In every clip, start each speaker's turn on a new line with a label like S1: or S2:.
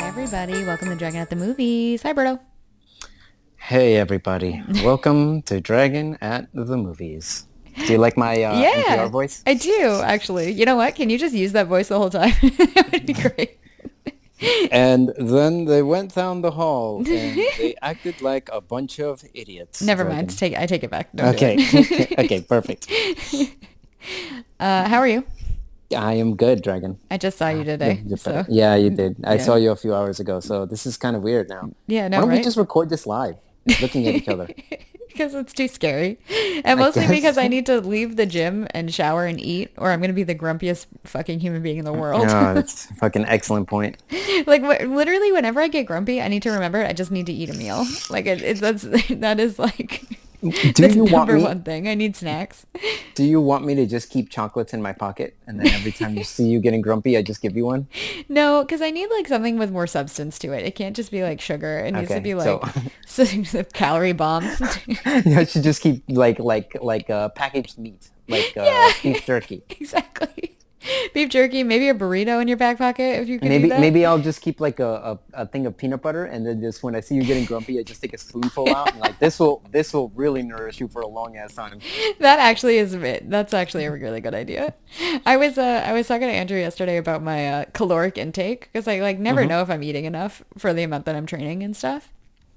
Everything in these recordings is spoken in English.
S1: everybody. Welcome to Dragon at the Movies. Hi, Berto.
S2: Hey everybody! Welcome to Dragon at the Movies. Do you like my uh, NPR voice?
S1: I do, actually. You know what? Can you just use that voice the whole time? that would be great.
S2: And then they went down the hall and they acted like a bunch of idiots.
S1: Never
S2: Dragon.
S1: mind. Take I take it back. Don't do
S2: Okay.
S1: it.
S2: okay. Perfect.
S1: Uh, how are you?
S2: I am good, Dragon.
S1: I just saw you today.
S2: Uh, You're
S1: so.
S2: better. Yeah, you did. I
S1: yeah.
S2: saw you a few hours ago, so this is kind of weird now.
S1: Yeah, no,
S2: Why don't
S1: right?
S2: we just record this live, looking at each other?
S1: because it's too scary. And mostly
S2: guess.
S1: because I need to leave the gym and shower and eat, or I'm going to be the grumpiest fucking human being in the world.
S2: Oh, that's a fucking excellent point.
S1: like wh- literally, whenever I get grumpy, I need to remember I just need to eat a meal. Like it, it, that's that is like
S2: Do
S1: the
S2: you want
S1: number
S2: me?
S1: one thing. I need snacks.
S2: Do you want me to just keep chocolates in my pocket, and then every time you see you getting grumpy, I just give you one?
S1: No, because I need like something with more substance to it. It can't just be like sugar. It needs to
S2: Okay,
S1: be
S2: so-
S1: like so- calorie bomb.
S2: I should just keep like like like uh, packaged meat, like uh, beef jerky.
S1: exactly. Beef jerky, maybe a burrito in your back pocket if you can.
S2: Maybe
S1: do that.
S2: maybe I'll just keep like a, a, a thing of peanut butter, and then just when I see you getting grumpy, I just take a spoonful out. And like this will this will really nourish you for a long ass time.
S1: that actually is a bit- that's actually a really good idea i was uh i was talking to andrew yesterday about my uh, caloric intake because i like
S2: Mm-hmm.
S1: never know if i'm eating enough for the amount that i'm training and stuff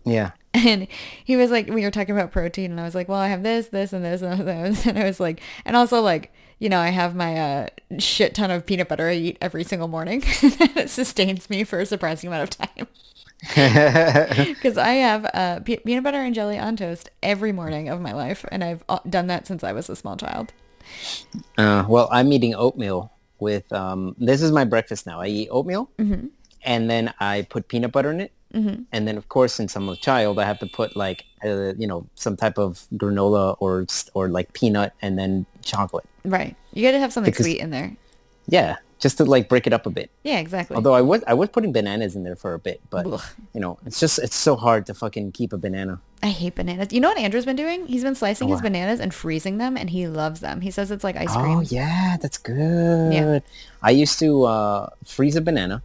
S2: Yeah.
S1: and he was like we were talking about protein and i was like well i have this this and this and this and i was like and also like you know i have my uh shit ton of peanut butter i eat every single morning it sustains me for a surprising amount of time because i have uh, pe- peanut butter and jelly on toast every morning of my life and i've uh, done that since i was a small child
S2: Uh, well, I'm eating oatmeal with um. This is my breakfast now. I eat oatmeal,
S1: Mm-hmm.
S2: and then I put peanut butter in it, and then of course, since I'm a child, I have to put like uh, you know some type of granola or s- or like peanut, and then chocolate.
S1: Right. You got to have something
S2: Because-
S1: sweet in there.
S2: Yeah, just to like break it up a bit.
S1: Yeah, exactly.
S2: Although I was I was putting bananas in there for a bit, but
S1: Ugh.
S2: you know, it's just it's so hard to fucking keep a banana.
S1: I hate bananas. You know what Andrew's been doing? He's been slicing his
S2: What?
S1: bananas and freezing them, and he loves them. He says it's like ice cream.
S2: Oh yeah, that's good. I used to uh, freeze a banana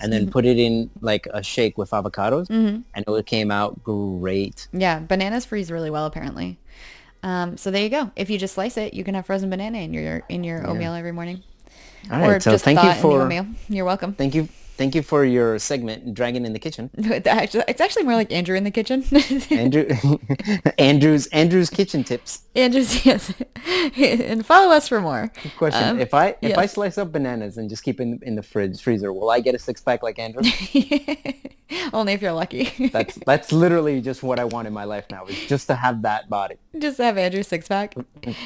S2: and
S1: Mm-hmm.
S2: then put it in like a shake with avocados and it came out great.
S1: Yeah, bananas freeze really well apparently. Um, so there you go. If you just slice it, you can have frozen banana in your in your oatmeal every morning,
S2: All right,
S1: or
S2: so
S1: just
S2: thank you
S1: thaw it in the
S2: for
S1: oatmeal. You're welcome.
S2: thank you thank you for your segment Dragon in the Kitchen.
S1: Actually- It's actually more like Andrew in the kitchen.
S2: Andrew Andrew's Andrew's kitchen tips.
S1: Andrew's yes, and follow us for more.
S2: Question: If I if I
S1: Um, yes.
S2: slice up bananas and just keep in in the fridge freezer, will I get a six pack like Andrew?
S1: Only if you're lucky.
S2: That's that's literally just what I want in my life now is just to have that body.
S1: just have Andrew's six pack.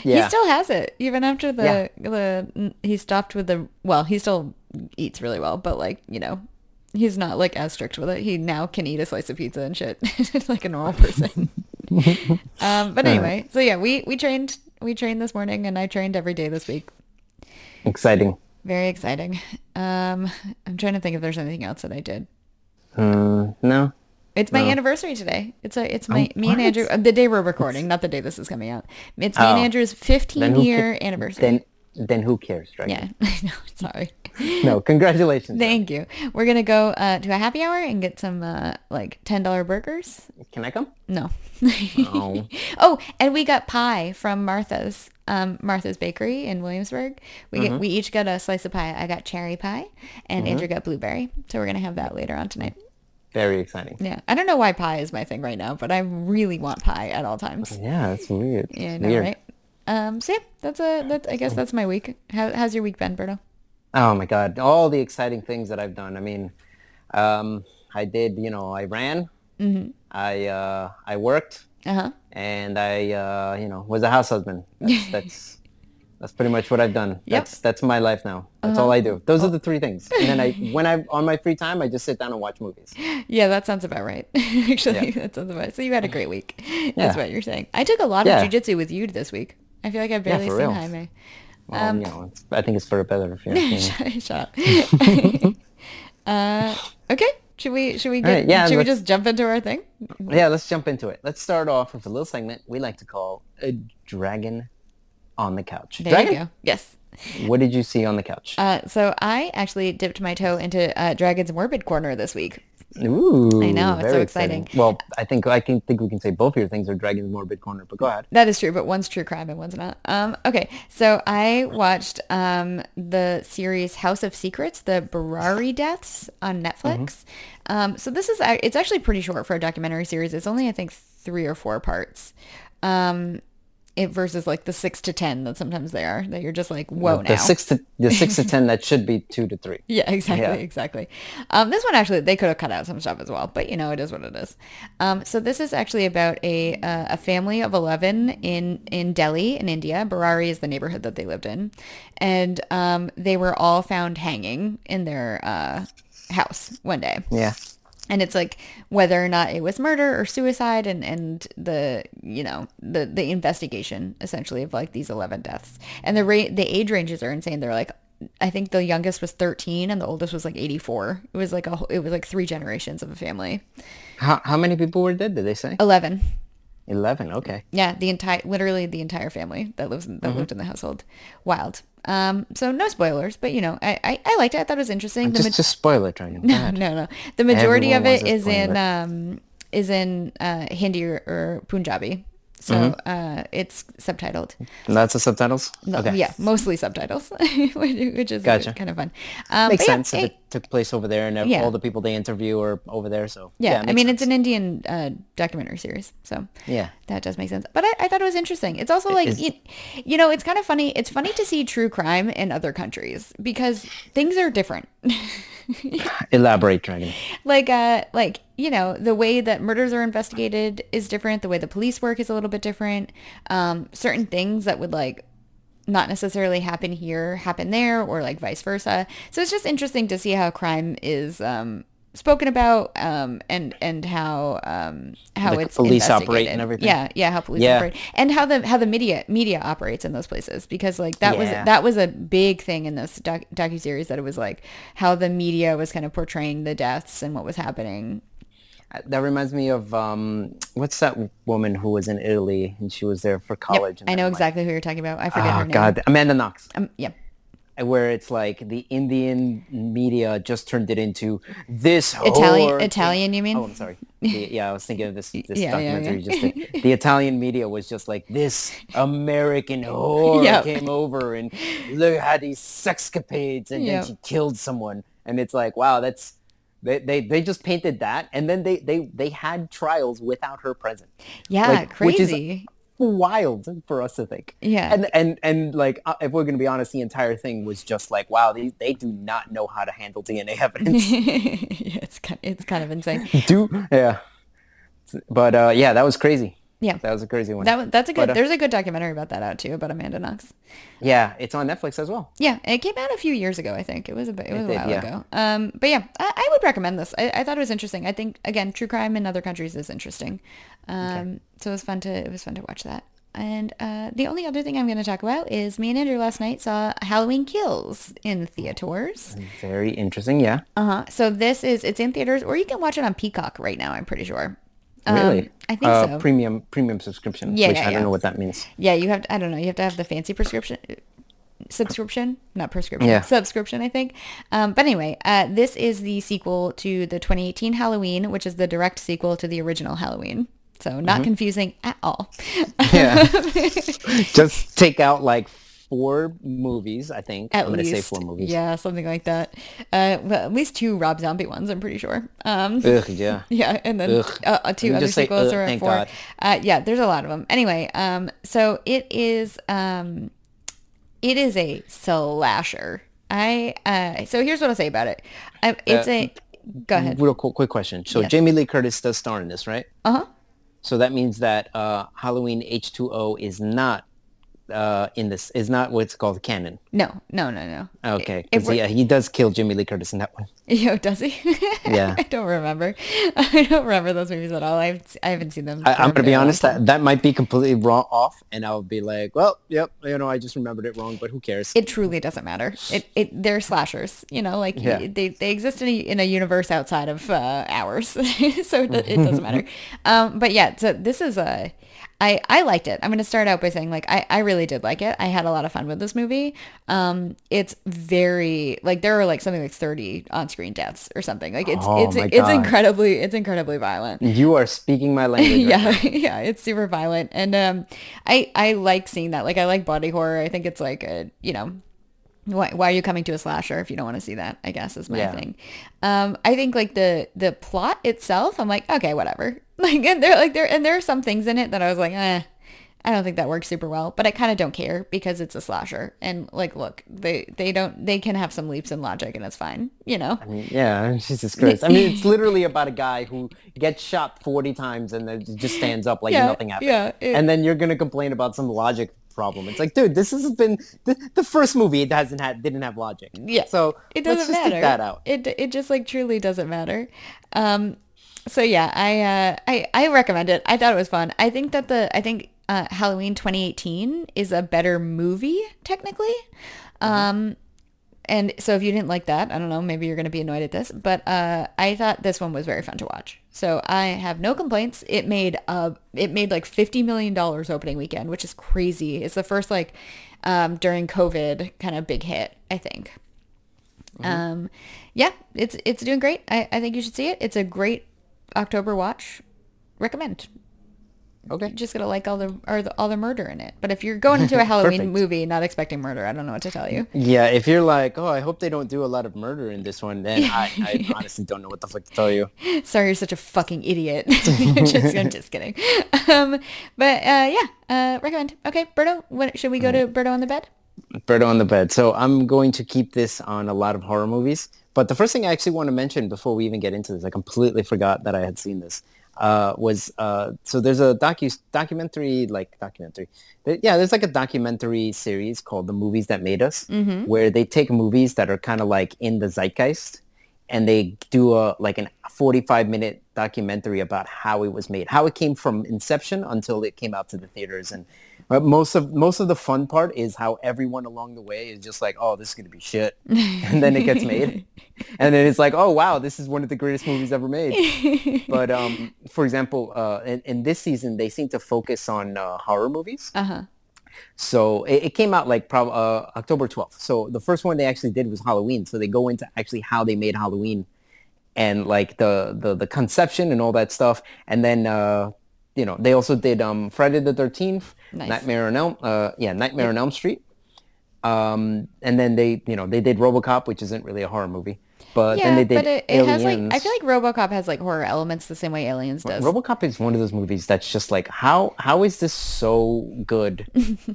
S2: Yeah.
S1: He still has it even after the the he stopped with the well, he still eats really well, but like, you know, he's not like as strict with it. He now can eat a slice of pizza and shit like a normal person. um but anyway, so yeah, we we trained we trained this morning and I trained every day this week.
S2: Exciting.
S1: Very exciting. Um I'm trying to think if there's anything else that I did.
S2: Uh, no.
S1: It's my anniversary today. It's a, it's my me
S2: Oh. what?
S1: and Andrew uh, the day we're recording, not the day this is coming out. It's me and
S2: Oh.
S1: Andrew's
S2: Then
S1: 15
S2: who
S1: year
S2: ca-
S1: anniversary.
S2: Then then who cares, right?
S1: Yeah, I know. Sorry.
S2: No, congratulations.
S1: Thank you. We're gonna go uh, to a happy hour and get some uh, like ten dollar burgers.
S2: Can I come?
S1: No.
S2: Oh.
S1: oh, and we got pie from Martha's um, Martha's Bakery in Williamsburg. We
S2: Mm-hmm.
S1: get, we each got a slice of pie. I got cherry pie, and Andrew got blueberry. So we're gonna have that later on tonight.
S2: Very exciting.
S1: Yeah, I don't know why pie is my thing right now, but I really want pie at all times.
S2: Yeah, that's weird.
S1: Yeah, I
S2: It's
S1: know,
S2: weird.
S1: right? Um, so yeah, that's a that's I guess that's my week. How, how's your week been, Berto?
S2: Oh my god, all the exciting things that I've done. I mean, um, I did, you know, I ran.
S1: Mm-hmm.
S2: I uh, I worked
S1: Uh huh.
S2: and I uh, you know, was a house husband. That's that's, that's pretty much what I've done. That's that's my life now. That's all I
S1: Uh-huh.
S2: do. Those
S1: Oh.
S2: are the three things. And then I when I on my free time, I just sit down and watch movies.
S1: Yeah, that sounds about right. Actually,
S2: Yeah.
S1: that sounds about. So you had a great week.
S2: Yeah.
S1: That's what you're saying. I took a lot
S2: Yeah.
S1: of jujitsu with you this week. I feel like I've barely
S2: for
S1: seen
S2: real.
S1: Jaime.
S2: Well,
S1: Um,
S2: you know, it's, I think it's for a better if you're you know.
S1: Shut- Shut up. uh, okay. Should we should we get
S2: right, yeah,
S1: should we
S2: let's-
S1: just jump into our thing?
S2: Yeah, let's jump into it. Let's start off with a little segment we like to call a dragon on the couch.
S1: There
S2: dragon,
S1: you go. Uh, Yes.
S2: what did you see on the couch?
S1: Uh, so I actually dipped my toe into uh, Dragon's Morbid Corner this week.
S2: Ooh,
S1: I know, it's
S2: very
S1: so exciting.
S2: Well, I think I can think we can say both of your things are dragging the morbid corner, but go ahead.
S1: That is true, but one's true crime and one's not. Um, okay, so I watched um, the series House of Secrets, the Barari deaths on Netflix. Um, so this is ac- it's actually pretty short for a documentary series. It's only I think three or four parts. Um, it versus like the six to ten that sometimes they are that you're just like whoa now.
S2: The six to the six to ten that should be two to three.
S1: Yeah, exactly,
S2: Yeah.
S1: exactly. Um, this one actually they could have cut out some stuff as well, but you know it is what it is. Um, so this is actually about a uh, a family of eleven in in Delhi in India. Barari is the neighborhood that they lived in, and um, they were all found hanging in their uh, house one day
S2: Yeah.
S1: and it's like whether or not it was murder or suicide and and the you know the the investigation essentially of like these 11 deaths and the rate the age ranges are insane they're like i think the youngest was 13 and the oldest was like 84 it was like a whole- it was like three generations of a family
S2: How how many people were dead? Did they say
S1: 11
S2: eleven? Okay.
S1: yeah the entire literally the entire family that lives that lived in the household wild um so no spoilers but you know i i, I liked it i thought it was interesting the
S2: Just just spoil it, Ryan. Go ahead.
S1: no, no. The majority
S2: Everyone
S1: of it
S2: wants a
S1: is in
S2: spoiler.
S1: um, is in uh, Hindi or, or Punjabi, so
S2: Mm-hmm.
S1: uh, it's subtitled.
S2: Lots of subtitles.
S1: No,
S2: okay.
S1: Yeah, mostly subtitles, which which is
S2: Gotcha.
S1: kind of fun. Um,
S2: Makes
S1: but yeah,
S2: sense
S1: it-
S2: if it took place over there and ev-
S1: Yeah.
S2: all the people they interview are over there. So
S1: yeah, I
S2: makes
S1: mean
S2: sense.
S1: it's an Indian uh, documentary series, so
S2: Yeah.
S1: that does make sense. But I, I thought it was interesting. It's also like
S2: is-
S1: you, you know, it's kind of funny. It's funny to see true crime in other countries because things are different.
S2: elaborate, Ryan.
S1: like uh like you know the way that murders are investigated is different the way the police work is a little bit different um certain things that would like not necessarily happen here happen there or like vice versa so it's just interesting to see how crime is um spoken about um and and how um how
S2: Like
S1: it's
S2: police operate
S1: investigated.
S2: and everything.
S1: yeah yeah how police
S2: Yeah.
S1: operate and how the how the media media operates in those places because like that was
S2: Yeah.
S1: that was a big thing in this doc- docu series that it was like how the media was kind of portraying the deaths and what was happening.
S2: Uh, That reminds me of um, what's that woman who was in Italy and she was there for college. and
S1: I
S2: then,
S1: know
S2: like-
S1: exactly who you're talking about. I forget her
S2: Oh
S1: name.
S2: God, Amanda Knox.
S1: Um, yeah.
S2: where it's like the Indian media just turned it into this
S1: Italian
S2: whore-
S1: Italian, you mean?
S2: Oh, I'm sorry. The- yeah, I was thinking of this, this
S1: yeah,
S2: documentary
S1: yeah.
S2: just did. The Italian media was just like, this American whore
S1: Yep.
S2: came over and they had these sexcapades and
S1: Yep.
S2: then she killed someone. And it's like, wow, that's, they, they, they just painted that. And then they, they, they had trials without her present
S1: Yeah,
S2: Like, which is-
S1: crazy.
S2: wild for us to think.
S1: Yeah.
S2: And and and like uh, if we're gonna be honest, the entire thing was just like, wow, they they do not know how to handle DNA evidence.
S1: yeah, it's kind it's kind of insane.
S2: do yeah. But uh, yeah, that was crazy.
S1: Yeah.
S2: That was a crazy one.
S1: That was- that's a good
S2: But, uh,
S1: there's a good documentary about that out too about Amanda Knox.
S2: yeah, it's on Netflix as well.
S1: Yeah, it came out a few years ago, I think. It was a bit, it was a
S2: did,
S1: while
S2: yeah.
S1: ago. Um, but yeah, I, I would recommend this. I, I thought it was interesting. I think again, true crime in other countries is interesting. Um, so it was fun to it was fun to watch that. And uh, the only other thing I'm going to talk about is me and Andrew last night saw Halloween Kills in theaters.
S2: Very interesting, yeah.
S1: Uh huh. So this is it's in theaters, or you can watch it on Peacock right now. I'm pretty sure. Um,
S2: Really?
S1: I think
S2: uh,
S1: so.
S2: Premium premium subscription,
S1: Yeah,
S2: which
S1: yeah,
S2: I
S1: yeah.
S2: don't know what that means.
S1: Yeah, you have to, I don't know, you have to have the fancy prescription subscription, not prescription,
S2: Yeah.
S1: subscription, I think. Um, but anyway, uh, this is the sequel to the 2018 Halloween, which is the direct sequel to the original Halloween. So
S2: Mm-hmm.
S1: not confusing at all.
S2: Yeah. just take out like four movies, I think.
S1: At
S2: I'm
S1: least,
S2: gonna say four movies.
S1: yeah, something like that. Uh, well, at least two Rob Zombie ones, I'm pretty sure. Um,
S2: Ugh, yeah.
S1: Yeah, and then
S2: Ugh.
S1: uh, uh, two
S2: Let me
S1: other
S2: just say,
S1: sequels
S2: ugh,
S1: or
S2: thank
S1: four.
S2: God.
S1: Uh, yeah, there's a lot of them. Anyway, um, so it is um, it is a slasher. I uh, so here's what I'll say about it. I, it's
S2: Uh,
S1: a go ahead.
S2: Real quick, quick question. So
S1: Yes.
S2: Jamie Lee Curtis does star in this, right?
S1: Uh huh.
S2: So that means that uh, Halloween H2O is not uh, in this, is not what's called canon.
S1: No, no, no, no.
S2: Okay.
S1: If
S2: 'cause,
S1: we're-
S2: yeah, he does kill Jimmy Lee Curtis in that one.
S1: Yo, does he?
S2: Yeah.
S1: I don't remember. I don't remember those movies at all. I've I haven't seen them.
S2: I,
S1: for a
S2: I'm going to
S1: very
S2: be
S1: long
S2: honest,
S1: time.
S2: that, that might be completely wrong off, and I'll be like, well, yep, you know, I just remembered it wrong, but who cares?
S1: it truly doesn't matter. It, it they're slashers, you know, like
S2: Yeah.
S1: they, they exist in a, in a universe outside of uh, ours, so it, do- it doesn't matter. Um, but yeah, so this is a. I, I liked it. I'm going to start out by saying like I, I really did like it. I had a lot of fun with this movie. Um, it's very like there are like something like 30 on-screen deaths or something. Like it's
S2: Oh
S1: it's
S2: my
S1: it's
S2: God.
S1: incredibly it's incredibly violent.
S2: You are speaking my language. right
S1: yeah, yeah, it's super violent, and um, I I like seeing that. Like I like body horror. I think it's like a you know. Why, why are you coming to a slasher if you don't want to see that? I guess is my
S2: Yeah.
S1: thing. Um, I think like the the plot itself, I'm like okay, whatever. Like and there like there and there are some things in it that I was like, eh, I don't think that works super well. But I kind of don't care because it's a slasher. And like, look, they they don't they can have some leaps in logic and it's fine. You know,
S2: Yeah, Jesus Christ. I mean, it's literally about a guy who gets shot 40 times and then just stands up like
S1: Yeah,
S2: nothing happened.
S1: yeah, it-
S2: and then you're going to complain about some logic problem. It's like, dude, this has been the, the first movie it hasn't had didn't have logic.
S1: Yeah.
S2: So,
S1: it
S2: let's
S1: doesn't
S2: just
S1: matter.
S2: stick that out.
S1: It it just like truly doesn't matter. Um, so yeah, I uh, I I recommend it. I thought it was fun. I think that the I think uh, Halloween 2018 is a better movie technically.
S2: Mm-hmm.
S1: Um, and so if you didn't like that, I don't know, maybe you're going to be annoyed at this, but uh, I thought this one was very fun to watch. So I have no complaints. It made uh, it made like fifty million dollars opening weekend, which is crazy. It's the first like um, during COVID kind of big hit, I think.
S2: Mm-hmm.
S1: Um, yeah, it's it's doing great. I, I think you should see it. It's a great October watch. Recommend.
S2: Okay.
S1: You're just gonna like all the, or the all the murder in it. But if you're going into a Halloween
S2: Perfect.
S1: movie not expecting murder, I don't know what to tell you.
S2: Yeah, if you're like, oh, I hope they don't do a lot of murder in this one, then I, I honestly don't know what the fuck to tell you.
S1: Sorry, you're such a fucking idiot. just, I'm just kidding. Um, but uh, yeah, uh, recommend. Okay, Berto, what, should we go to
S2: Mm-hmm.
S1: Berto on the bed?
S2: Birdo on the bed. So I'm going to keep this on a lot of horror movies. But the first thing I actually want to mention before we even get into this, I completely forgot that I had seen this. Uh, was uh, so there's a docu documentary like documentary, there- yeah. There's like a documentary series called "The Movies That Made Us," where they take movies that are kind of like in the zeitgeist, and they do a like an 45 minute documentary about how it was made, how it came from inception until it came out to the theaters. And but most of most of the fun part is how everyone along the way is just like, oh, this is gonna be shit, and then it gets made, and then it's like, oh wow, this is one of the greatest movies ever made. but um, for example, uh, in, in this season, they seem to focus on uh, horror movies.
S1: Uh-huh.
S2: So it, it came out like prob- uh, October 12th. So the first one they actually did was Halloween. So they go into actually how they made Halloween and like the the, the conception and all that stuff. And then uh, you know they also did um, Friday the 13th,
S1: Nice.
S2: Nightmare on Elm, uh, yeah, Nightmare on Elm Street. Um, and then they you know they did RoboCop, which isn't really a horror movie, but then
S1: Yeah,
S2: they did
S1: but it, it
S2: Aliens.
S1: has like I feel like RoboCop has like horror elements the same way Aliens does.
S2: RoboCop is one of those movies that's just like how how is this so good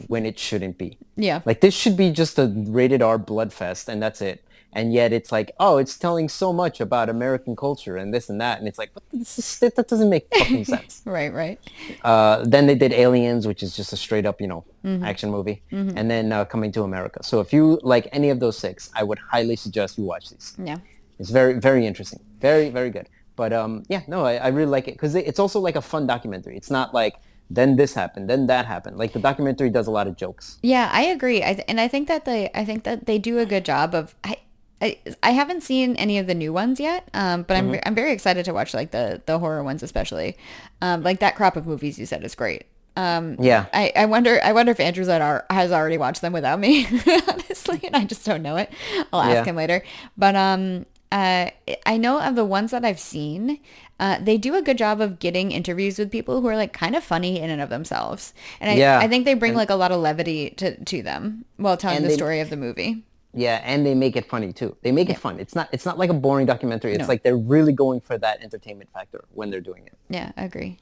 S2: when it shouldn't be?
S1: Yeah.
S2: Like this should be just a rated R bloodfest and that's it. And yet it's like, oh, it's telling so much about American culture and this and that and it's like, what this is, that that doesn't make fucking sense.
S1: right, right.
S2: Uh, then they did Aliens, which is just a straight up, you know, action movie, and then uh, Coming to America. So if you like any of those six, I would highly suggest you watch these.
S1: Yeah.
S2: It's very, very interesting. Very, very good. But um, yeah, no, I, I really like it because it's also like a fun documentary. It's not like then this happened, then that happened. Like the documentary does a lot of jokes.
S1: Yeah, I agree. I th- and I think that they I think that they do a good job of I I, I haven't seen any of the new ones yet, um, but I'm I'm very excited to watch like the the horror ones especially. Um, like that crop of movies you said is great. Um,
S2: Yeah.
S1: I, I wonder I wonder if Andrew's had our, has already watched them without me honestly and I just don't know it. I'll ask
S2: Yeah.
S1: him later. But um uh, I know of the ones that I've seen, uh, they do a good job of getting interviews with people who are like kind of funny in and of themselves. And I,
S2: Yeah.
S1: I think they bring like a lot of levity to, to them while telling
S2: And
S1: the
S2: they-
S1: story of the movie.
S2: Yeah, and they make it funny too. They make it fun. It's not it's not like a boring documentary. It's like they're really going for that entertainment factor when they're doing it.
S1: Yeah, I agree.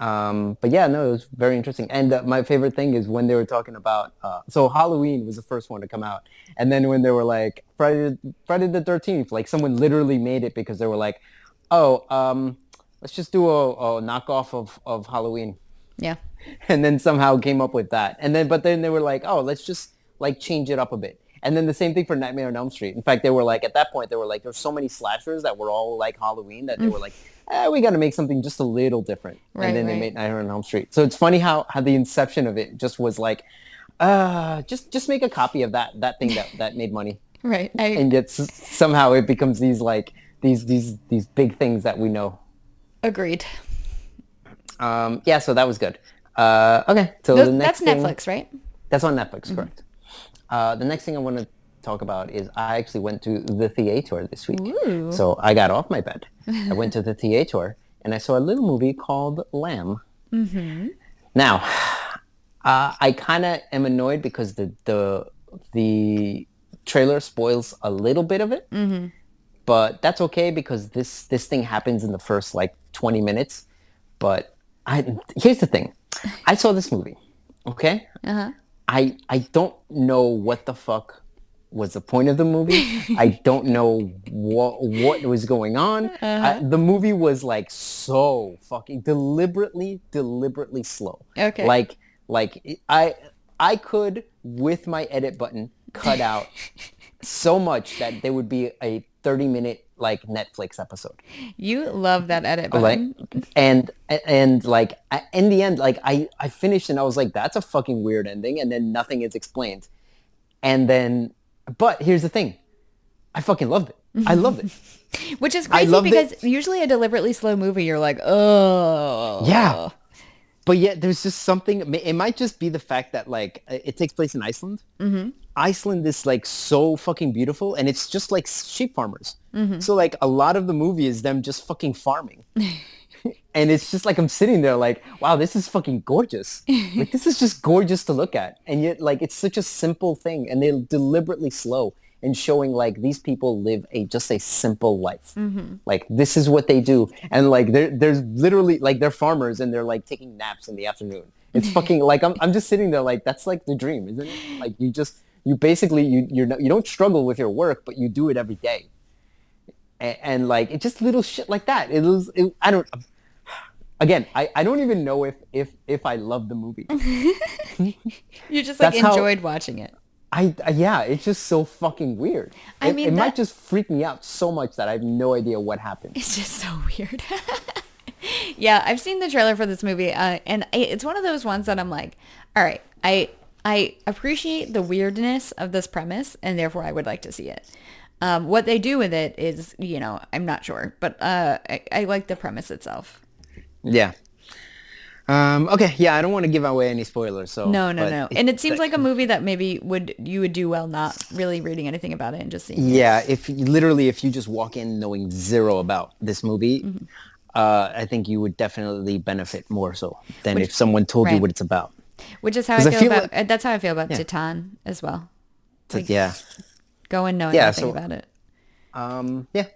S2: Um, but yeah, no, it was very interesting. And uh, my favorite thing is when they were talking about uh, so Halloween was the first one to come out, and then when they were like Friday Friday the Thirteenth, like someone literally made it because they were like, oh, um, let's just do a, a knockoff of of Halloween,
S1: Yeah.
S2: and then somehow came up with that. And then but then they were like, oh, let's just like change it up a bit. And then the same thing for Nightmare on Elm Street. In fact, they were like at that point they were like there's so many slashers that were all like Halloween that they were like, eh, we got to make something just a little different.
S1: Mm. Right,
S2: and then
S1: right.
S2: they made Nightmare on Elm Street. So it's funny how how the inception of it just was like, uh, just just make a copy of that that thing that that made money,
S1: Right. I,
S2: and yet s- somehow it becomes these like these these these big things that we know.
S1: agreed.
S2: Um, yeah, so that was good. Uh, okay, so
S1: Those,
S2: the
S1: that's
S2: next thing-
S1: Netflix, right?
S2: That's on Netflix, correct. Uh, the next thing I want to talk about is I actually went to the theater this week.
S1: Ooh.
S2: So I got off my bed. I went to the theater and I saw a little movie called Lamb. Now, uh, I kind of am annoyed because the, the, the trailer spoils a little bit of it. But that's okay because this, this thing happens in the first like 20 minutes. But I, here's the thing. I saw this movie, okay?
S1: Uh-huh.
S2: I I don't know what the fuck was the point of the movie. I don't know what what was going on. I- the movie was like so fucking deliberately deliberately slow.
S1: Okay.
S2: Like like I I could with my edit button cut out so much that there would be a 30 minute like Netflix episode
S1: You love that edit button.
S2: like and and like I- in the end like i i finished and i was like that's a fucking weird ending and then nothing is explained and then but here's the thing i fucking loved it i loved it
S1: Which is crazy
S2: loved
S1: because
S2: it.
S1: usually a deliberately slow movie, you're like, oh.
S2: yeah but yet there's just something it might just be the fact that like it takes place in iceland mm-hmm. iceland is like so fucking beautiful and it's just like sheep farmers so like a lot of the movie is them just fucking farming and it's just like i'm sitting there like wow this is fucking gorgeous like this is just gorgeous to look at and yet like it's such a simple thing and they're deliberately slow and showing like these people live a just a simple life like this is what they do and like there- there's literally like they're farmers and they're like taking naps in the afternoon it's fucking like I'm, I'm just sitting there like that's like the dream isn't it like you just you basically you you're not, you don't struggle with your work but you do it every day and, and like it's just little shit like that. It was it, I don't again I, I don't even know if if if I love the movie.
S1: You just like
S2: That's how-
S1: enjoyed watching it.
S2: I, I- yeah, it's just so fucking weird.
S1: I
S2: It-
S1: mean,
S2: it
S1: that-
S2: might just freak me out so much that I have no idea what happened.
S1: It's just so weird. yeah, I've seen the trailer for this movie, uh, and I- it's one of those ones that I'm like, all right, I I appreciate the weirdness of this premise, and therefore I would like to see it. Um, what they do with it is, you know, I'm not sure, but uh, I, I like the premise itself.
S2: Yeah. Um, okay, yeah, I don't want to give away any spoilers. So
S1: No, no,
S2: but
S1: no. And it seems like a movie that maybe would you would do well not really reading anything about it and just seeing. it.
S2: Yeah, if you- literally if you just walk in knowing zero about this movie,
S1: Mm-hmm.
S2: uh, I think you would definitely benefit more so than if someone told you
S1: right.
S2: what it's about.
S1: Which is how I
S2: 'Cause I
S1: feel,
S2: feel
S1: about uh that's how I feel about Titan as well.
S2: So, yeah.
S1: Go in knowing
S2: Yeah,
S1: nothing
S2: so-
S1: about it.
S2: Um, yeah.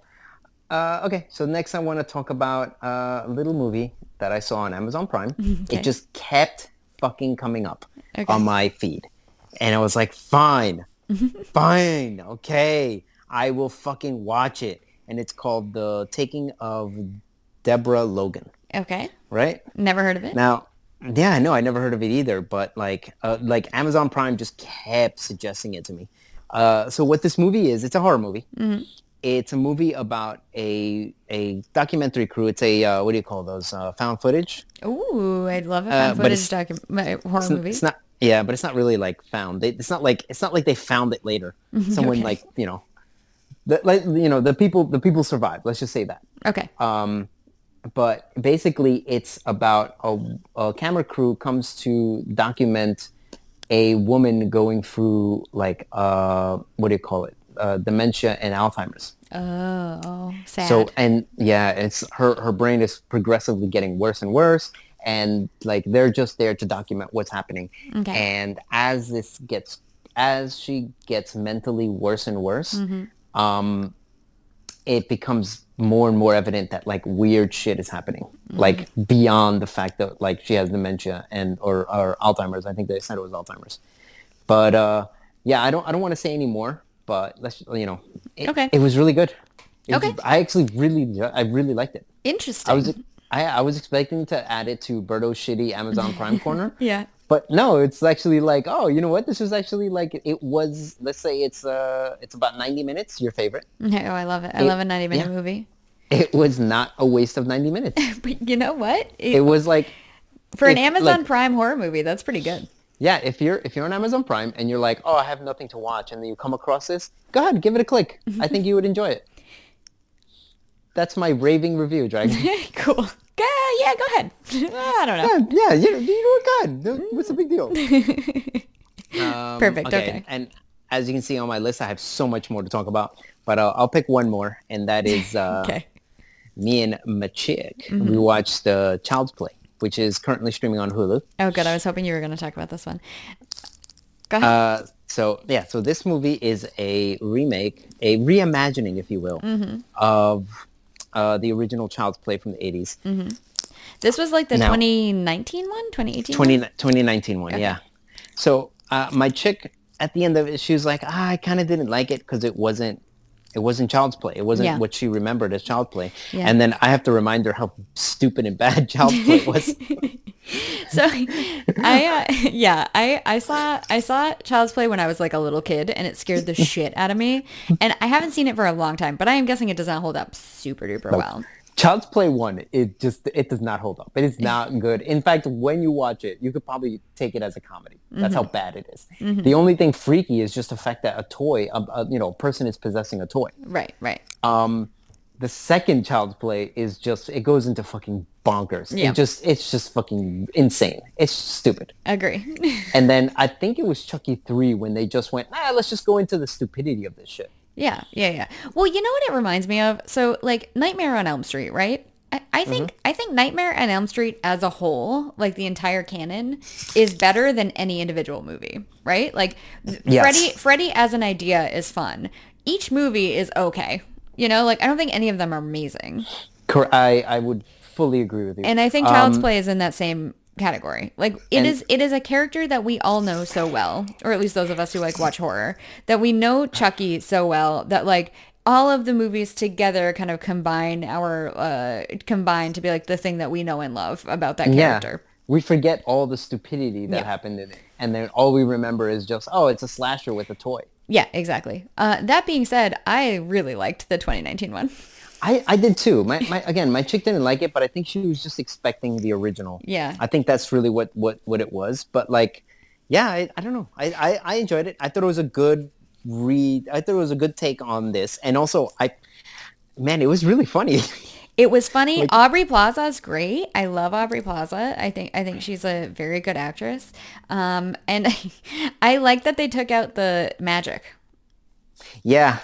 S2: Uh, okay, so next I want to talk about uh, a little movie that I saw on Amazon Prime. It just kept fucking coming up
S1: Okay.
S2: on my feed. And I was like, fine, fine, okay, I will fucking watch it. And it's called The Taking of Deborah Logan,
S1: Okay.
S2: right?
S1: Never heard of it.
S2: Now, yeah, no, I never heard of it either. But like, uh, like Amazon Prime just kept suggesting it to me. Uh, so what this movie is, it's a horror movie. It's a movie about a a documentary crew. It's a uh, what do you call those uh, found footage?
S1: Ooh, I'd love a found
S2: Uh, but
S1: footage
S2: it's-
S1: document horror movie.
S2: It's not. Yeah, but it's not really like found. They, it's not like it's not like they found it later. Someone like you know, the, like you know the people the people survived. Let's just say that.
S1: okay.
S2: uh, but basically it's about a, a camera crew comes to document a woman going through like uh, what do you call it uh, dementia and alzheimer's
S1: oh, sad.
S2: so and yeah it's her her brain is progressively getting worse and worse and like they're just there to document what's happening
S1: Okay.
S2: and as this gets as she gets mentally worse and worse
S1: Mm-hmm.
S2: um it becomes more and more evident that like weird shit is happening
S1: Mm-hmm.
S2: like beyond the fact that like she has dementia and or, or alzheimer's i think they said it was alzheimer's but uh yeah i don't i don't want to say any more but let's you know it,
S1: Okay.
S2: it was really good It was-
S1: Okay.
S2: i actually really i really liked it
S1: Interesting.
S2: i was I, I was expecting to add it to Birdo's shitty Amazon Prime corner.
S1: yeah.
S2: But no, it's actually like, oh, you know what? This was actually like it was. Let's say it's uh, it's about ninety minutes. Your favorite.
S1: Oh, I love it. I love a 90 minute
S2: yeah.
S1: movie.
S2: It was not a waste of ninety minutes.
S1: But you know what? It-
S2: It was like,
S1: For an
S2: if,
S1: Amazon
S2: like-
S1: Prime horror movie, that's pretty good.
S2: yeah, if you're if you're on Amazon Prime and you're like, oh, I have nothing to watch, and then you come across this, go ahead, give it a click. I think you would enjoy it. That's my raving review, Dragon.
S1: cool. yeah, go ahead. I don't know.
S2: Yeah, yeah, you, you know what, God, what's the big deal? Um,
S1: Perfect, okay.
S2: And as you can see on my list, I have so much more to talk about, but uh, I'll, I'll pick one more, and that is uh,
S1: Okay. Mm-hmm.
S2: me and Machik. We watched the Child's Play, which is currently streaming on Hulu.
S1: Oh, good. I was hoping you were going to talk about this one. Go ahead.
S2: Uh, so yeah, so this movie is a remake, a reimagining, if you will,
S1: Mm-hmm.
S2: of uh, the original Child's Play from the 80s.
S1: this was like the
S2: now-
S1: 2019 one, 2018.
S2: 20, 2019 one, yeah. So uh, my chick at the end of it, she was like, ah, I kind of didn't like it because it wasn't, it wasn't child's play. It wasn't
S1: Yeah.
S2: what she remembered as child's play.
S1: Yeah.
S2: And then I have to remind her how stupid and bad child's play was.
S1: So I uh, yeah, I I saw I saw Child's Play when I was like a little kid and it scared the shit out of me. And I haven't seen it for a long time, but I am guessing it does not hold up super duper well.
S2: child's play one, it just, it does not hold up. It is not good. In fact, when you watch it, you could probably take it as a comedy. That's
S1: Mm-hmm.
S2: how bad it is. The only thing freaky is just the fact that a toy, a, a, you know, a person is possessing a toy.
S1: Right, right.
S2: the second child's play is just it goes into fucking bonkers
S1: Yeah.
S2: it just it's just fucking insane it's stupid
S1: Agree.
S2: and then i think it was chucky 3 when they just went ah let's just go into the stupidity of this shit
S1: Yeah, yeah, yeah. Well, you know what it reminds me of? So like Nightmare on Elm Street, right? I, I think I think Nightmare on Elm Street as a whole, like the entire canon, is better than any individual movie, right? Like th-
S2: Yes.
S1: Freddy Freddy as an idea is fun. Each movie is okay. You know, like I don't think any of them are amazing.
S2: Cor- i i would fully agree with you
S1: And I think Child's Play is in that same category. Like it is it is a character that we all know so well, or at least those of us who like watch horror, that we know Chucky so well that like all of the movies together kind of combine our uh combine to be like the thing that we know and love about that
S2: yeah
S1: character.
S2: we forget all the stupidity that
S1: Yeah.
S2: happened in it and then all we remember is just oh it's a slasher with a toy
S1: Yeah, exactly. Uh that being said, I really liked the 2019 one.
S2: I, I did too. My, my again, my chick didn't like it, but I think she was just expecting the original.
S1: Yeah.
S2: I think that's really what what what it was. But like, yeah, I, I don't know. I, I I enjoyed it. I thought it was a good read. I thought it was a good take on this, and also I, man, it was really funny.
S1: It was funny. Aubrey Plaza's great. I love Aubrey Plaza. I think I think she's a very good actress. Um, and I like that they took out the magic.
S2: yeah,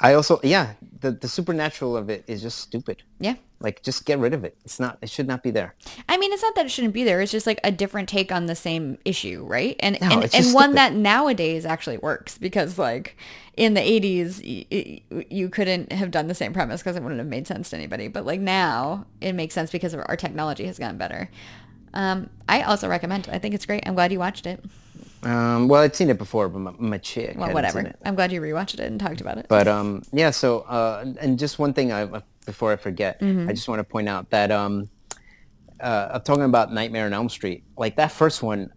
S2: I also yeah the the supernatural of it is just stupid.
S1: Yeah.
S2: Like, just get rid of it. It's not. It should not be there.
S1: I mean, it's not that it shouldn't be there. It's just like a different take on the same issue, right? And
S2: No,
S1: and,
S2: it's
S1: and
S2: just
S1: one
S2: stupid.
S1: that nowadays actually works because like in the 80s y- y- you couldn't have done the same premise because it wouldn't have made sense to anybody. But like now it makes sense because of our technology has gotten better. Um, I also recommend it. I think it's great. I'm glad you watched it.
S2: Um, well, I'd seen it before, but my, my chick.
S1: Well,
S2: hadn't seen
S1: whatever.
S2: it.
S1: I'm glad you rewatched it and talked about it.
S2: But um, yeah. So uh, and- and just one thing I uh, before I forget,
S1: Mm-hmm.
S2: I just want to point out that um, uh, I'm talking about Nightmare on Elm Street. Like that first one,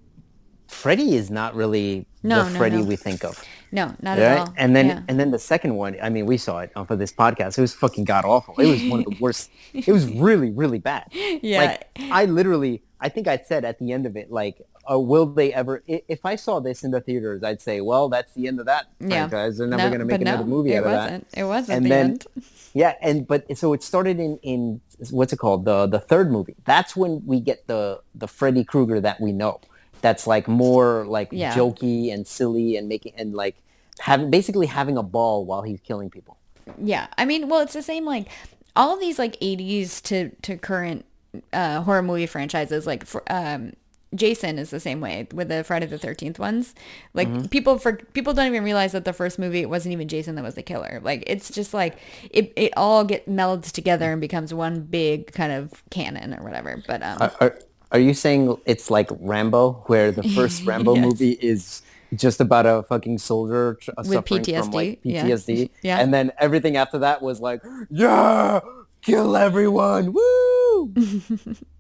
S2: Freddy is not really
S1: No,
S2: the
S1: no,
S2: Freddy
S1: no.
S2: we think of,
S1: no, not at
S2: right?
S1: all.
S2: And then
S1: Yeah.
S2: and then the second one. I mean, we saw it for this podcast. It was fucking god awful. It was one of the worst. it was really really bad.
S1: Yeah.
S2: Like I literally, I think I said at the end of it, like. Uh, will they ever? i- If I saw this in the theaters, I'd say, "Well, that's the end of that
S1: yeah.
S2: franchise. They're never
S1: No,
S2: going to
S1: but
S2: make another
S1: no,
S2: movie
S1: it
S2: out of that."
S1: wasn't. It wasn't
S2: and
S1: the
S2: then
S1: end.
S2: yeah and but so it started in in what's it called the the third movie that's when we get the the freddy krueger that we know that's like more like
S1: Yeah.
S2: jokey and silly and making and like having basically having a ball while he's killing people
S1: Yeah. I mean, well, it's the same like all of these like 80s to to current uh horror movie franchises like for, um Jason is the same way with the Friday the 13th ones. Like
S2: Mm-hmm.
S1: people for people don't even realize that the first movie it wasn't even Jason that was the killer. Like it's just like it it all get melds together and becomes one big kind of canon or whatever. But um
S2: are, are you saying it's like rambo where the first rambo
S1: Yes.
S2: movie is just about a fucking soldier tr- uh, suffering from
S1: PTSD,
S2: like
S1: yeah.
S2: PTSD,
S1: Yeah.
S2: and then everything after that was like, yeah, kill everyone, woo.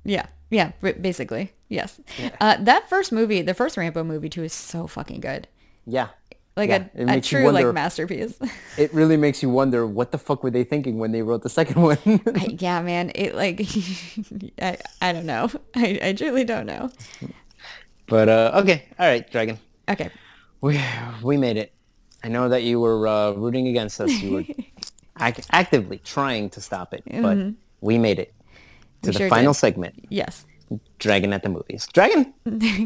S1: Yeah. Yeah. b- Basically. Yes. Uh, that first movie, the first Rambo movie too, is so fucking good.
S2: Yeah.
S1: Like
S2: Yeah, it
S1: a, a
S2: makes you
S1: true like
S2: wonder-
S1: masterpiece.
S2: It really makes you wonder what the fuck were they thinking when they wrote the second one.
S1: I- yeah, man. It like, I, I don't know. I, I truly don't know.
S2: but uh, okay, all right, Dragon,
S1: Okay.
S2: we we made it. I know that you were uh, rooting against us. You were ac- actively trying to stop it, but we made it. to the
S1: sure
S2: final
S1: did.
S2: segment,
S1: Yes.
S2: Dragon at the movies. Dragon,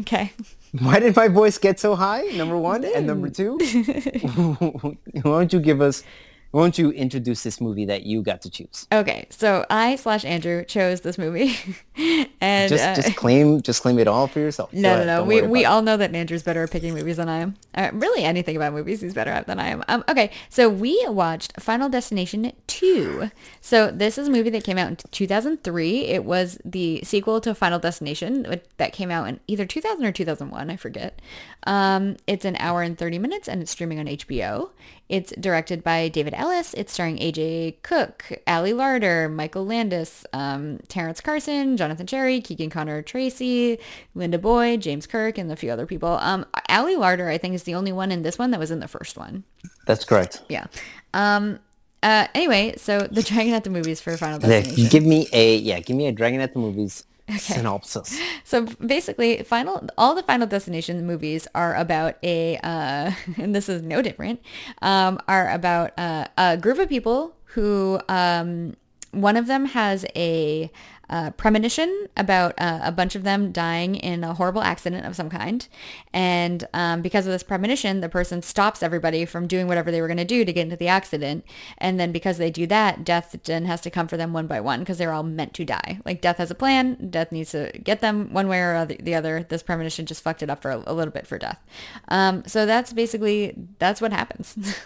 S1: okay.
S2: why did my voice get so high? Number one and number two, why don't you give us? Why don't you introduce this movie that you got to choose?
S1: Okay. So I slash Andrew chose this movie, and
S2: Just,
S1: uh,
S2: just claim, just claim it all for yourself. Go
S1: no, no,
S2: ahead,
S1: no.
S2: don't
S1: We
S2: worry
S1: we
S2: about
S1: all know that Andrew's better at picking movies than I am. Uh, really, anything about movies, he's better at than I am. Um, okay. So we watched Final Destination two. So this is a movie that came out in 2003. It was the sequel to Final Destination which- that came out in either 2000 or 2001. I forget. Um, it's an hour and 30 minutes, and it's streaming on HBO. It's directed by David Ellis. It's starring AJ Cook, Ali Larder, Michael Landis, um, Terrence Carson, Jonathan Cherry, Keegan Connor Tracy, Linda Boyd, James Kirk, and a few other people. Um, Ali Larder, I think, is the only one in this one that was in the first one.
S2: it. That's correct.
S1: Yeah. Um, uh, anyway, so the Dragon at the movies for Final
S2: There,
S1: Destination.
S2: give me a yeah, give me a Dragon at the movies synopsis.
S1: So basically, final all the Final Destination movies are about a, uh, and this is no different, um, are about uh, a group of people who um, one of them has a uh, premonition about uh, a bunch of them dying in a horrible accident of some kind, and um, because of this premonition, the person stops everybody from doing whatever they were going to do to get into the accident, and then because they do that, death then has to come for them one by one because they're all meant to die. Like death has a plan, death needs to get them one way or other, the other. This premonition just fucked it up for a, a little bit for death. Um, so that's basically that's what happens.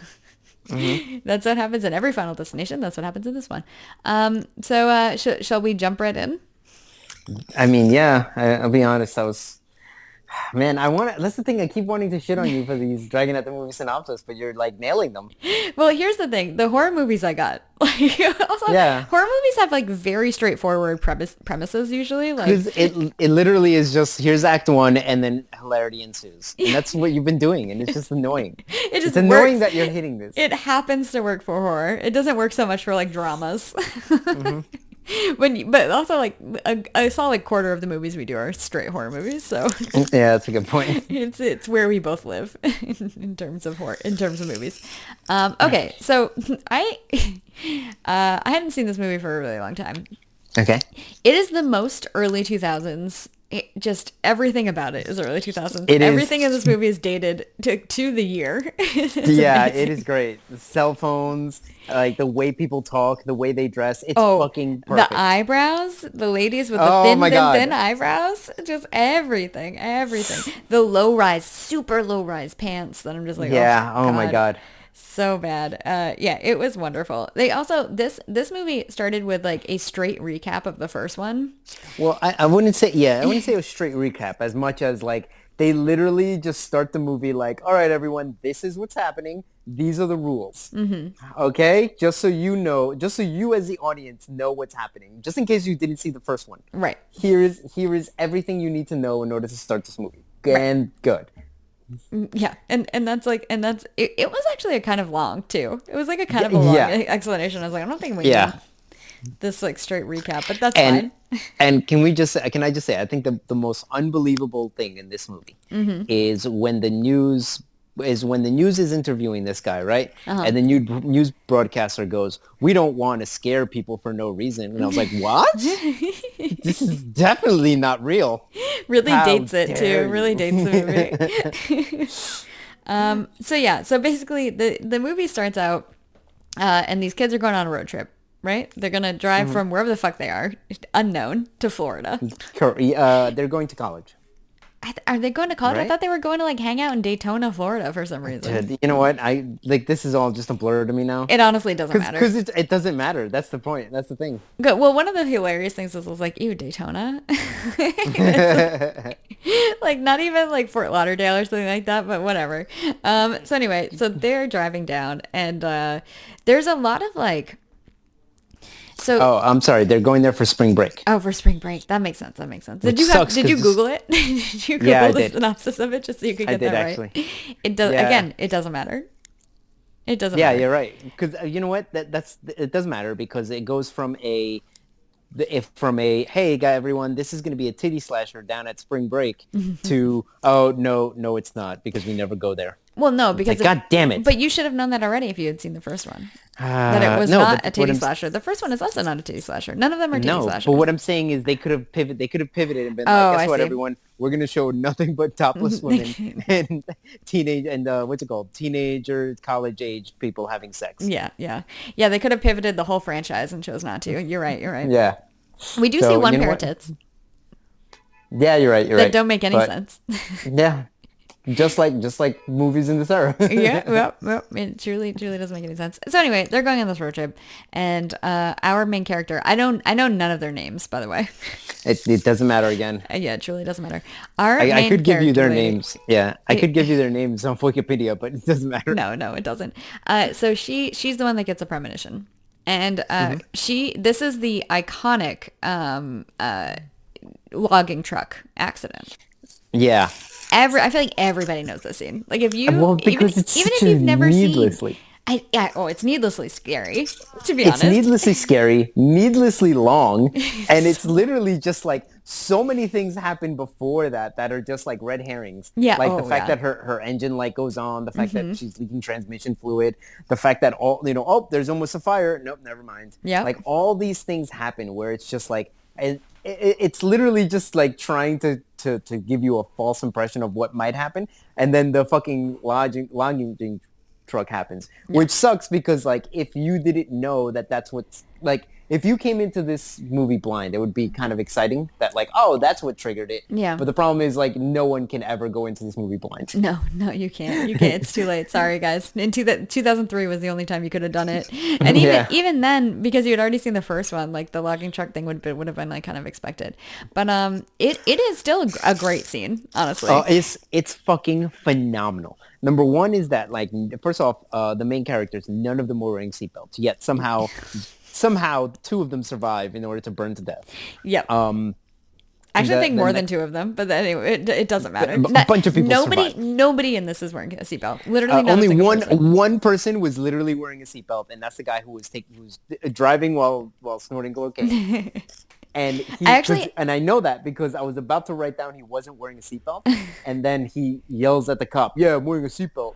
S1: That's what happens in every Final Destination. That's what happens in this one. Um, so uh, sh- shall we jump right in?
S2: I mean, yeah, I, I'll be honest. I was, man, I want to, that's the thing. I keep wanting to shit on you for these Dragon at the movie synopsis, but you're like nailing them.
S1: Well, here's the thing: the horror movies I got, like, also,
S2: Yeah.
S1: horror movies have like very straightforward premise- premises usually. Like,
S2: It's- It, it literally is just, here's act one and then hilarity ensues. And that's what you've been doing. And it's just annoying.
S1: it just
S2: It's annoying
S1: works.
S2: that you're hitting this.
S1: it happens to work for horror. It doesn't work so much for like dramas.
S2: Mm-hmm.
S1: When you, but also like a, a solid quarter of the movies we do are straight horror movies, so
S2: Yeah, that's a good point.
S1: it's it's where we both live in, in terms of horror, in terms of movies. Um, okay, so I uh, I hadn't seen this movie for a really long time.
S2: Okay.
S1: It is the most early 2000s. It, just everything about it is early 2000s.
S2: It is.
S1: everything in this movie is dated to, to the year. It's
S2: yeah,
S1: amazing.
S2: it is great. The cell phones, like the way people talk, the way they dress, it's fucking perfect.
S1: oh, the eyebrows, the ladies with the
S2: Oh
S1: thin,
S2: my
S1: thin,
S2: God.
S1: thin eyebrows, just everything, everything. The low rise, super low rise pants that I'm just like,
S2: yeah. Oh, my God.
S1: so bad. Uh, yeah, it was wonderful. They also this this movie started with like a straight recap of the first one.
S2: Well, I, I wouldn't say yeah, I wouldn't say it was straight recap as much as like they literally just start the movie like, all right, everyone, this is what's happening. These are the rules. Mm-hmm. Okay, just so you know, just so you as the audience know what's happening, just in case you didn't see the first one.
S1: Right.
S2: Here is here is everything you need to know in order to start this movie. And good.
S1: Yeah, and and that's like and that's it, it was actually a kind of long too. It was like a kind of a long e-,
S2: yeah.
S1: explanation. I was like, I don't think we
S2: Yeah.
S1: need this like straight recap, but that's
S2: and
S1: fine.
S2: and can we just say- can I just say I think the the most unbelievable thing in this movie
S1: Mm-hmm.
S2: is when the news is when the news is interviewing this guy right
S1: Uh-huh.
S2: and the new news broadcaster goes we don't want to scare people for no reason and I was like what this is definitely not real
S1: Really
S2: How
S1: dates it
S2: dare
S1: too. Really dates the movie. um. So yeah. So basically, the the movie starts out, uh, and these kids are going on a road trip. Right? They're gonna
S2: Mm-hmm.
S1: drive from wherever the fuck they are, unknown, to Florida.
S2: Cor- uh, they're going to college
S1: I th- are they going to college? I
S2: Right?
S1: thought they were going to like hang out in Daytona, Florida, for some reason.
S2: you know what I like this is all just a blur to me now
S1: It honestly doesn't matter.
S2: because it, it doesn't matter that's the point that's the thing
S1: Good. Well, one of the hilarious things is, was like, ew, Daytona. It's like, like, not even like Fort Lauderdale or something like that, but whatever. Um, so anyway, so they're driving down and uh, there's a lot of like, so, oh.
S2: oh I'm sorry they're going there for spring break
S1: for spring break. That makes sense. That makes sense. Did
S2: Which
S1: you have,
S2: sucks
S1: did you
S2: 'cause this-
S1: Google it? did you Google
S2: Yeah, I
S1: the
S2: did.
S1: synopsis of it just so you could
S2: I
S1: get
S2: did,
S1: that right?
S2: actually.
S1: It does,
S2: Yeah.
S1: again, it doesn't matter. It doesn't
S2: Yeah,
S1: matter.
S2: uh, you're right. Because you know what? That that's it does matter because it goes from a the- if from a hey guy everyone this is going to be a titty slasher down at spring break to oh no no it's not because we never go there
S1: Well, no, because
S2: like, God damn it.
S1: But you should have known that already if you had seen the first one. that it
S2: Uh,
S1: was
S2: no,
S1: not
S2: but
S1: a titty
S2: what I'm-
S1: slasher. The first one is also not a titty slasher. None of them are titty
S2: no
S1: slashers.
S2: but what i'm saying is they could have pivoted they could have pivoted and been
S1: Oh,
S2: like
S1: I
S2: guess what
S1: see.
S2: everyone we're going to show nothing but topless women and teenage and uh, what's it called teenager college age people having sex
S1: yeah, yeah, yeah. They could have pivoted the whole franchise and chose not to. You're right. You're right.
S2: yeah
S1: We do
S2: So,
S1: see
S2: you
S1: one
S2: know
S1: pair
S2: what?
S1: of tits
S2: yeah you're right you're
S1: that
S2: right
S1: don't make any
S2: But-
S1: sense.
S2: yeah just like just like movies in this era
S1: yeah, yep, yep. It truly, truly doesn't make any sense. So anyway, they're going on this road trip, and uh, our main character, I don't, I know none of their names, by the way.
S2: it, it doesn't matter again
S1: Uh, yeah, it truly doesn't matter. Our
S2: I, I
S1: main
S2: could give you their
S1: character lady-
S2: names. Yeah, I could give you their names on Wikipedia, but it doesn't matter.
S1: No, no, it doesn't. Uh, so she, she's the one that gets a premonition, and uh,
S2: Mm-hmm.
S1: she, this is the iconic um, uh, logging truck accident.
S2: Yeah.
S1: Every, I feel like everybody knows this scene. Like if you,
S2: Well,
S1: even,
S2: because it's
S1: even if
S2: such a
S1: you've never
S2: needlessly-
S1: seen. I, yeah, oh, it's needlessly scary, to be
S2: It's
S1: honest.
S2: needlessly scary, needlessly long, and it's literally just like so many things happen before that that are just like red herrings.
S1: Yeah,
S2: Like
S1: oh,
S2: the fact
S1: yeah. Mm-hmm.
S2: that her, her engine light goes on, the fact that she's leaking transmission fluid, the fact that all, you know, oh, there's almost a fire. Nope, never mind.
S1: Yep.
S2: Like all these things happen where it's just like, and it, it- it's literally just like trying to, to, to give you a false impression of what might happen. And then the fucking lodging, logging truck happens, which sucks because like if you didn't know that that's what's like, if you came into this movie blind, it would be kind of exciting that like, oh, that's what triggered it.
S1: Yeah.
S2: But the problem is like no one can ever go into this movie blind.
S1: No, no, you can't. You can't. It's too late. Sorry, guys. In two, 2003 was the only time you could have done it, and even
S2: Yeah.
S1: even then, because you had already seen the first one, like the logging truck thing would would have been like kind of expected. But um, it it is still a gr- a great scene, honestly.
S2: Oh, it's it's fucking phenomenal. Number one is that like n- first off, uh, the main characters none of them were wearing seatbelts yet somehow, somehow two of them survive in order to burn to death.
S1: yep.
S2: Um,
S1: I actually
S2: the-
S1: think
S2: the
S1: more
S2: ne-
S1: than two of them, but then anyway, it, it doesn't matter.
S2: A b-
S1: Not-
S2: bunch of people
S1: Nobody,
S2: survived.
S1: nobody in this is wearing a seatbelt. Literally,
S2: uh,
S1: not a
S2: only
S1: single
S2: one
S1: person.
S2: one person was literally wearing a seatbelt, and that's the guy who was taking who was uh, driving while while snorting cocaine. And he,
S1: I actually-
S2: 'cause- and I know that because I was about to write down he wasn't wearing a seatbelt, and then he yells at the cop, "Yeah, I'm wearing a seatbelt."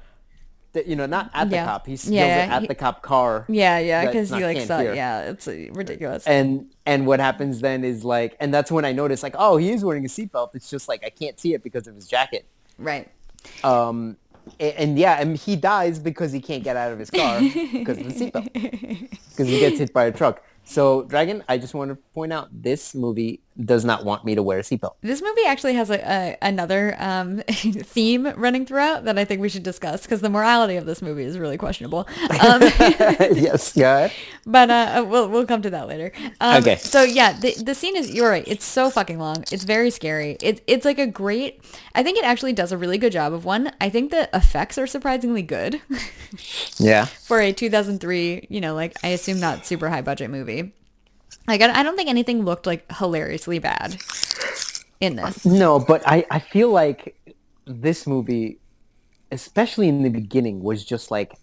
S2: That- You know, not at the
S1: Yeah.
S2: cop. He yells
S1: Yeah,
S2: it
S1: yeah,
S2: at
S1: he-
S2: the cop car.
S1: Yeah, yeah,
S2: that
S1: because
S2: not-
S1: you like
S2: can't
S1: saw.
S2: hear.
S1: Yeah, it's uh, ridiculous.
S2: And and what happens then is like, and that's when I noticed like, oh, he is wearing a seatbelt. It's just like I can't see it because of his jacket.
S1: right.
S2: Um, and, and yeah, and he dies because he can't get out of his car because of the seatbelt because he gets hit by a truck. So Dragon, I just want to point out this movie does not want me to wear a seatbelt.
S1: This movie actually has a, a, another um, theme running throughout that I think we should discuss because the morality of this movie is really questionable. Um,
S2: yes, yeah.
S1: but uh, we'll, we'll come to that later. Um,
S2: Okay.
S1: So yeah, the, the scene is, you're right, it's so fucking long. It's very scary. It, it's like a great, I think it actually does a really good job of one. I think the effects are surprisingly good
S2: Yeah.
S1: for a 2003, you know, like I assume not super high budget movie. Like I I don't think anything looked like hilariously bad in this.
S2: No, but I, I feel like this movie, especially in the beginning, was just like,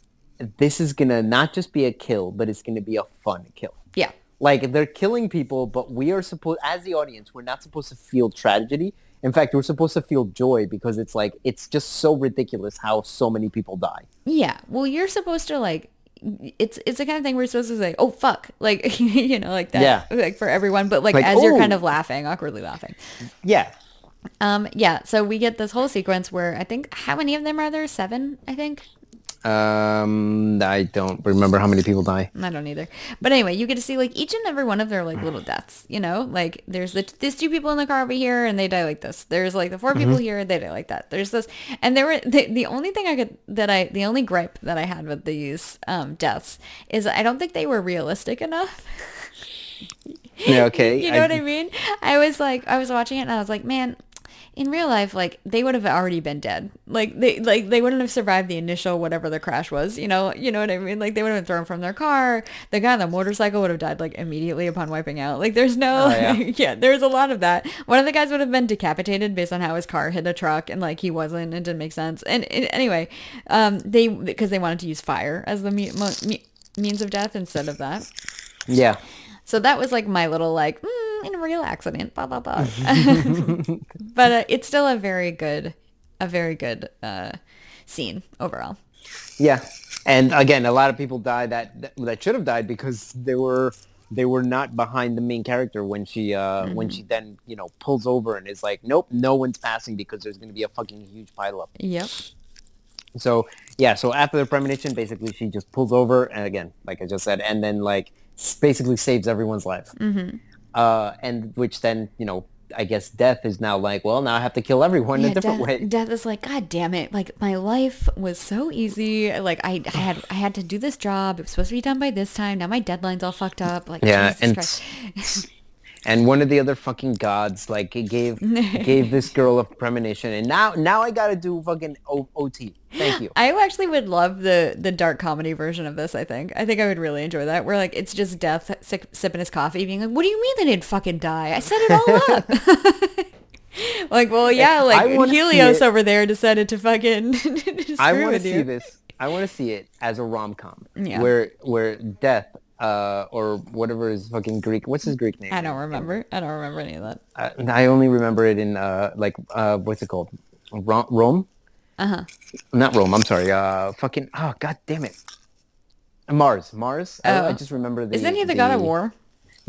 S2: this is gonna not just be a kill, but it's gonna be a fun kill.
S1: Yeah.
S2: Like they're killing people, but we are supposed, as the audience, we're not supposed to feel tragedy. In fact, we're supposed to feel joy because it's like it's just so ridiculous how so many people die.
S1: Yeah. Well, you're supposed to like it's it's the kind of thing we're supposed to say, "Oh fuck." Like, you know, like that
S2: Yeah.
S1: like for everyone, but like,
S2: Like,
S1: as you're kind
S2: "Oh."
S1: of laughing, awkwardly laughing.
S2: Yeah,
S1: Um yeah, so we get this whole sequence where I think how many of them are there? 7, I think.
S2: um, I don't remember how many people die.
S1: I don't either. But anyway, you get to see like each and every one of their like little deaths, you know? Like there's the there's two people in the car over here and they die like this. There's like the 4 people here, they die like that. There's this and there were the, the only thing I could that I the only gripe that I had with these um deaths is I don't think they were realistic enough.
S2: Yeah, okay.
S1: you know what I mean? I was like, I was watching it and I was like, man, in real life, like they would have already been dead. Like they, like they wouldn't have survived the initial whatever the crash was. You know, you know what I mean? Like they would have been thrown from their car. The guy on the motorcycle would have died like immediately upon wiping out. Like there's no,
S2: Oh, yeah.
S1: yeah, there's a lot of that. One of the guys would have been decapitated based on how his car hit a truck and like he wasn't. It didn't make sense. And, and anyway, um, they because they wanted to use fire as the me- mo- me- means of death instead of that.
S2: Yeah.
S1: So that was like my little like mm, in a real accident, blah blah blah. but uh, it's still a very good, a very good uh, scene overall.
S2: Yeah, and again, a lot of people died that that- that should have died because they were they were not behind the main character when she uh, when she then you know pulls over and is like, nope, no one's passing because there's going to be a fucking huge pileup.
S1: Yep.
S2: So yeah, so after the premonition, basically she just pulls over and again, like I just said, and then like s- basically saves everyone's life.
S1: Mm-hmm.
S2: Uh, and which then you know, I guess death is now like, well, now I have to kill everyone in a
S1: Yeah,
S2: different
S1: death,
S2: way.
S1: death is like, God damn it! Like my life was so easy. Like I, I had, I had to do this job. It was supposed to be done by this time. Now my deadline's all fucked up. Like
S2: Yeah,
S1: Jesus
S2: and
S1: Christ.
S2: and one of the other fucking gods like gave gave this girl a premonition, and now now I gotta do fucking o- OT. Thank you.
S1: I actually would love the the dark comedy version of this. I think. I think I would really enjoy that. Where like it's just death si- sipping his coffee, being like, "What do you mean they didn't fucking die? I set it all up." like, well, yeah,
S2: Like,
S1: like
S2: I wanna see
S1: Helios
S2: it.
S1: over there decided to fucking.
S2: I
S1: want to
S2: see this. I want to see it as a rom com
S1: Yeah.
S2: where where death uh, or whatever is fucking Greek. What's his Greek name?
S1: I don't remember. I don't remember any of that.
S2: Uh, I only remember it in uh, like uh, what's it called? Ro- Rome.
S1: Uh-huh.
S2: Uh huh. Not Rome. I'm sorry. Uh, fucking. Oh god damn it. Mars. Mars. I, I
S1: Oh.
S2: just remember the.
S1: Isn't he the god of war?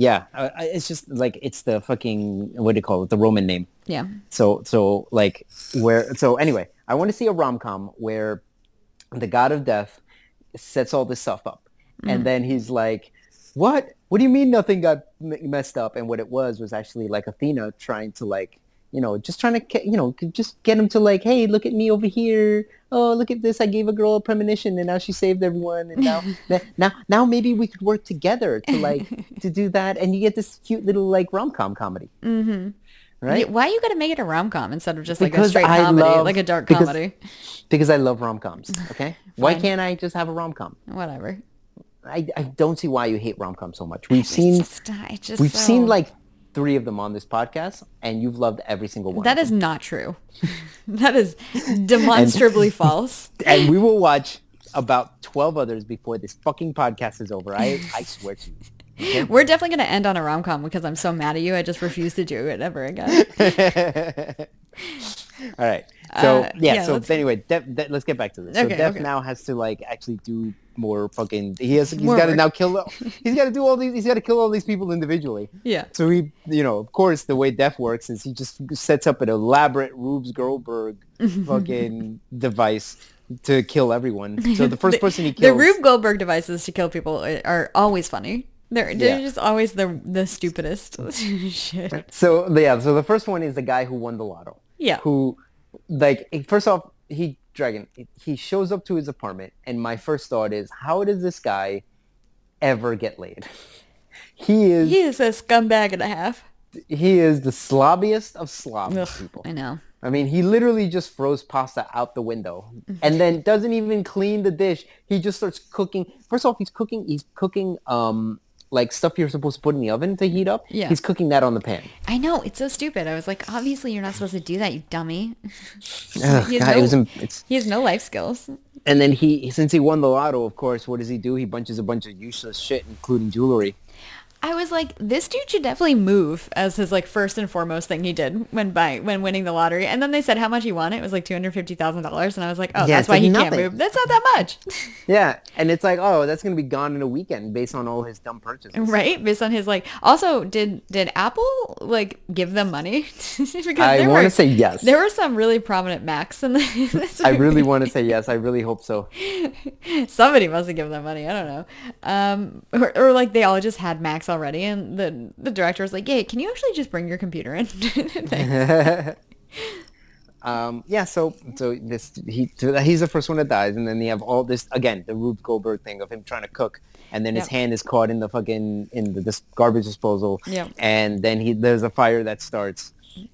S2: Yeah, uh, I- it's just like it's the fucking what do you call it? The Roman name.
S1: Yeah.
S2: So so like where so anyway, I want to see a rom com where the god of death sets all this stuff up, and then he's like, "What? What do you mean nothing got m- messed up?" And what it was was actually like Athena trying to like you know just trying to ca- you know c- just get him to like, "Hey, look at me over here." Oh, look at this! I gave a girl a premonition, and now she saved everyone. And now, n- now, now, maybe we could work together to like to do that, and you get this cute little like rom com comedy, mm-hmm. right?
S1: Why you got to make it a rom com instead of just like a
S2: Because
S1: straight
S2: I
S1: comedy,
S2: love-
S1: like a dark
S2: because-
S1: comedy?
S2: Because I love rom coms. Okay. why can't I just have a rom com?
S1: Whatever.
S2: I, I don't see why you hate rom coms so much. We've seen
S1: It's just, I just
S2: we've
S1: so-
S2: seen like three of them on this podcast, and you've loved every single one.
S1: that is not true. that is demonstrably false.
S2: and we will watch about twelve others before this fucking podcast is over. I I swear to you.
S1: We're definitely going to end on a rom com because I'm so mad at you. I just refuse to do it ever again.
S2: All right. So
S1: Uh,
S2: yeah,
S1: yeah,
S2: So
S1: let's-
S2: anyway, Def, De- let's get back to this.
S1: Okay,
S2: so Def
S1: okay.
S2: now has to like actually do more fucking. He has. He's
S1: More
S2: got to
S1: work.
S2: now kill. He's got to do all these. He's got to kill all these people individually.
S1: Yeah.
S2: So he, you know, of course, the way Def works is he just sets up an elaborate Rubes Goldberg fucking device to kill everyone. So the first person he
S1: The
S2: kills.
S1: Rube Goldberg devices to kill people are- are always funny. They're, they're
S2: Yeah.
S1: just always the the stupidest shit.
S2: So yeah, so the first one is the guy who won the lotto.
S1: Yeah.
S2: Who, like, first off, he dragon. He shows up to his apartment, and my first thought is, how does this guy ever get laid? He is
S1: He is a scumbag and a half.
S2: he is the slobbiest of slob people.
S1: I know.
S2: I mean, he literally just throws pasta out the window and then doesn't even clean the dish. He just starts cooking. First off, he's cooking. He's cooking um like stuff you're supposed to put in the oven to heat up.
S1: Yeah.
S2: He's cooking that on the pan.
S1: I know. It's so stupid. I was like, obviously you're not supposed to do that, you dummy.
S2: Ugh,
S1: He has
S2: God,
S1: no-
S2: it was, em- it's,
S1: He has no life skills.
S2: and then he since he won the lotto, of course, what does he do? He bunches a bunch of useless shit, including jewelry.
S1: I was like, this dude should definitely move as his like first and foremost thing he did when by when winning the lottery. And then they said how much he won. It was like two hundred fifty thousand dollars, and I was like, oh,
S2: Yeah,
S1: that's
S2: it's
S1: why
S2: like
S1: he
S2: nothing.
S1: can't move. That's not that much,
S2: Yeah, and it's like, oh, that's gonna be gone in a weekend based on all his dumb purchases.
S1: right? Based on his like. Also, did did Apple like give them money? because
S2: I
S1: there
S2: want
S1: were-
S2: to say yes.
S1: there were some really prominent Macs in, the, in this
S2: I
S1: movie.
S2: really want to say yes. I really hope so.
S1: Somebody must have given them money. I don't know. Um, or, or like they all just had Macs already, and the the director was like, "Hey, can you actually just bring your computer in?" Thanks.
S2: Um, yeah, so so this he so that- he's the first one that dies, and then you have all this again the Rube Goldberg thing of him trying to cook, and then his
S1: Yep.
S2: hand is caught in the fucking in the dis- garbage disposal,
S1: Yep.
S2: and then he there's a fire that starts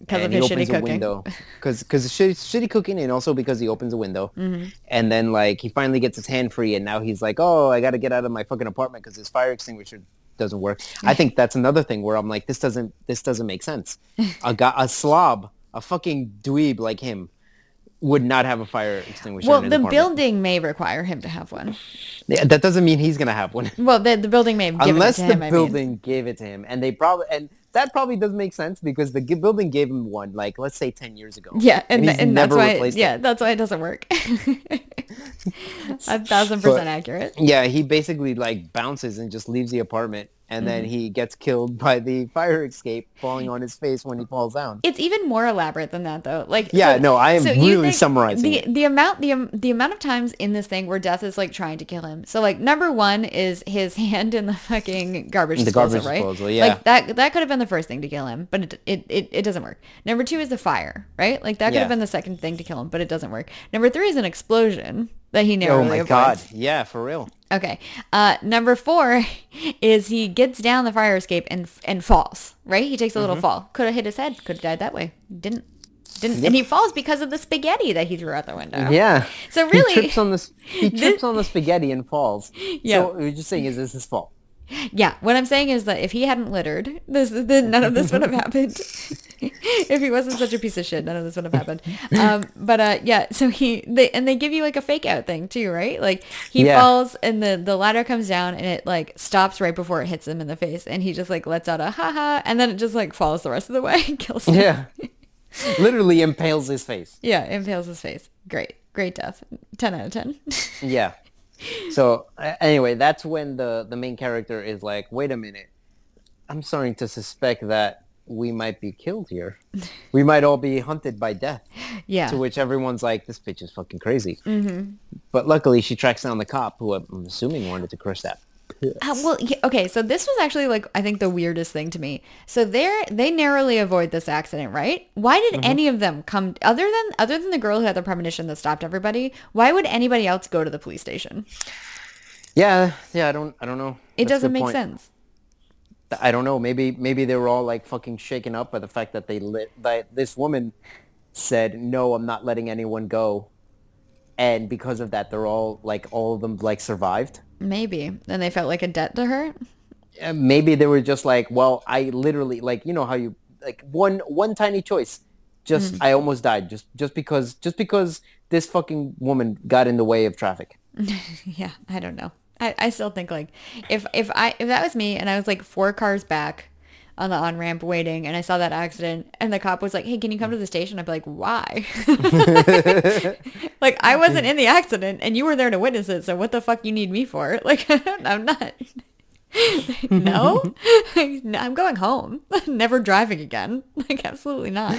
S1: 'Cause of
S2: and
S1: his
S2: he opens
S1: shitty
S2: a
S1: cooking.
S2: window because because shitty, shitty cooking, and also because he opens a window,
S1: Mm-hmm.
S2: and then like he finally gets his hand free, and now he's like, oh, I got to get out of my fucking apartment because this fire extinguisher doesn't work. I think that's another thing where I'm like, this doesn't this doesn't make sense. A guy, a slob, a fucking dweeb like him would not have a fire extinguisher.
S1: Well,
S2: in his
S1: the
S2: apartment.
S1: building may require him to have one.
S2: Yeah, that doesn't mean he's gonna have one,
S1: Well, the, the building may have given
S2: unless
S1: it to
S2: the
S1: him. I mean.
S2: building gave it to him, and they probably and that probably does make sense because the g- building gave him one, like let's say ten years ago.
S1: Yeah, and,
S2: and,
S1: th-
S2: he's
S1: and that's
S2: never
S1: why.
S2: replaced
S1: yeah,
S2: it.
S1: that's why it doesn't work. A thousand percent accurate.
S2: Yeah, he basically like bounces and just leaves the apartment, and then he gets killed by the fire escape falling on his face when he falls down.
S1: It's even more elaborate than that, though. Like,
S2: Yeah, no, I am
S1: you
S2: really
S1: think
S2: summarizing
S1: the the amount the um, the amount of times in this thing where death is like trying to kill him. So like number one is his hand in the fucking garbage
S2: The
S1: disposal,
S2: garbage
S1: right?
S2: disposal, yeah.
S1: Like that that could have been the first thing to kill him, but it it, it, it doesn't work. Number two is the fire, right? Like that could
S2: Yeah.
S1: have been the second thing to kill him, but it doesn't work. Number three is an explosion that he
S2: Oh
S1: narrowly
S2: my
S1: avoids.
S2: god! Yeah, for real.
S1: Okay. Uh, number four is he gets down the fire escape and and falls. Right? He takes a
S2: Mm-hmm.
S1: little fall. Could have hit his head. Could have died that way. Didn't. Didn't. And he falls because of the spaghetti that he threw out the window.
S2: Yeah.
S1: So
S2: he
S1: really,
S2: trips on the he trips on the spaghetti and falls.
S1: Yeah.
S2: So what you're just saying is this his fault.
S1: yeah. What I'm saying is that if he hadn't littered, this then none of this would have happened. if he wasn't such a piece of shit, none of this would have happened. Um, but uh, yeah. So he they and they give you like a fake out thing too, right? Like he
S2: Yeah.
S1: falls and the the ladder comes down and it like stops right before it hits him in the face and he just like lets out a ha ha and then it just like falls the rest of the way and kills him.
S2: Yeah. Literally impales his face.
S1: Yeah. Impales his face. Great. Great death. Ten out of ten.
S2: Yeah. So a- anyway, that's when the the main character is like, "Wait a minute, I'm starting to suspect that we might be killed here. We might all be hunted by death."
S1: yeah.
S2: To which everyone's like, "This bitch is fucking crazy." Mm-hmm. But luckily, she tracks down the cop, who I'm assuming wanted to crush that.
S1: Uh, well, yeah, okay, so this was actually like I think the weirdest thing to me. So they they narrowly avoid this accident, right? Why did
S2: Mm-hmm.
S1: any of them come other than other than the girl who had the premonition that stopped everybody? Why would anybody else go to the police station?
S2: Yeah, yeah. I don't, I don't know.
S1: It
S2: That's
S1: doesn't
S2: a good
S1: make
S2: point.
S1: sense.
S2: I don't know. Maybe, maybe they were all like fucking shaken up by the fact that they lit. That this woman said, "No, I'm not letting anyone go," and because of that, they're all like, all of them like survived.
S1: Maybe. And they felt like a debt to her.
S2: And maybe they were just like, "Well, I literally like, you know how you like one one tiny choice, just
S1: Mm-hmm.
S2: I almost died just just because just because this fucking woman got in the way of traffic."
S1: Yeah, I don't know. I, I still think like if if I if that was me and I was like four cars back on the on ramp waiting and I saw that accident and the cop was like, Hey, can you come to the station? I'd be like, Why? like I wasn't in the accident and you were there to witness it, so what the fuck you need me for? Like I'm not no? No, I'm going home. Never driving again. Like absolutely not.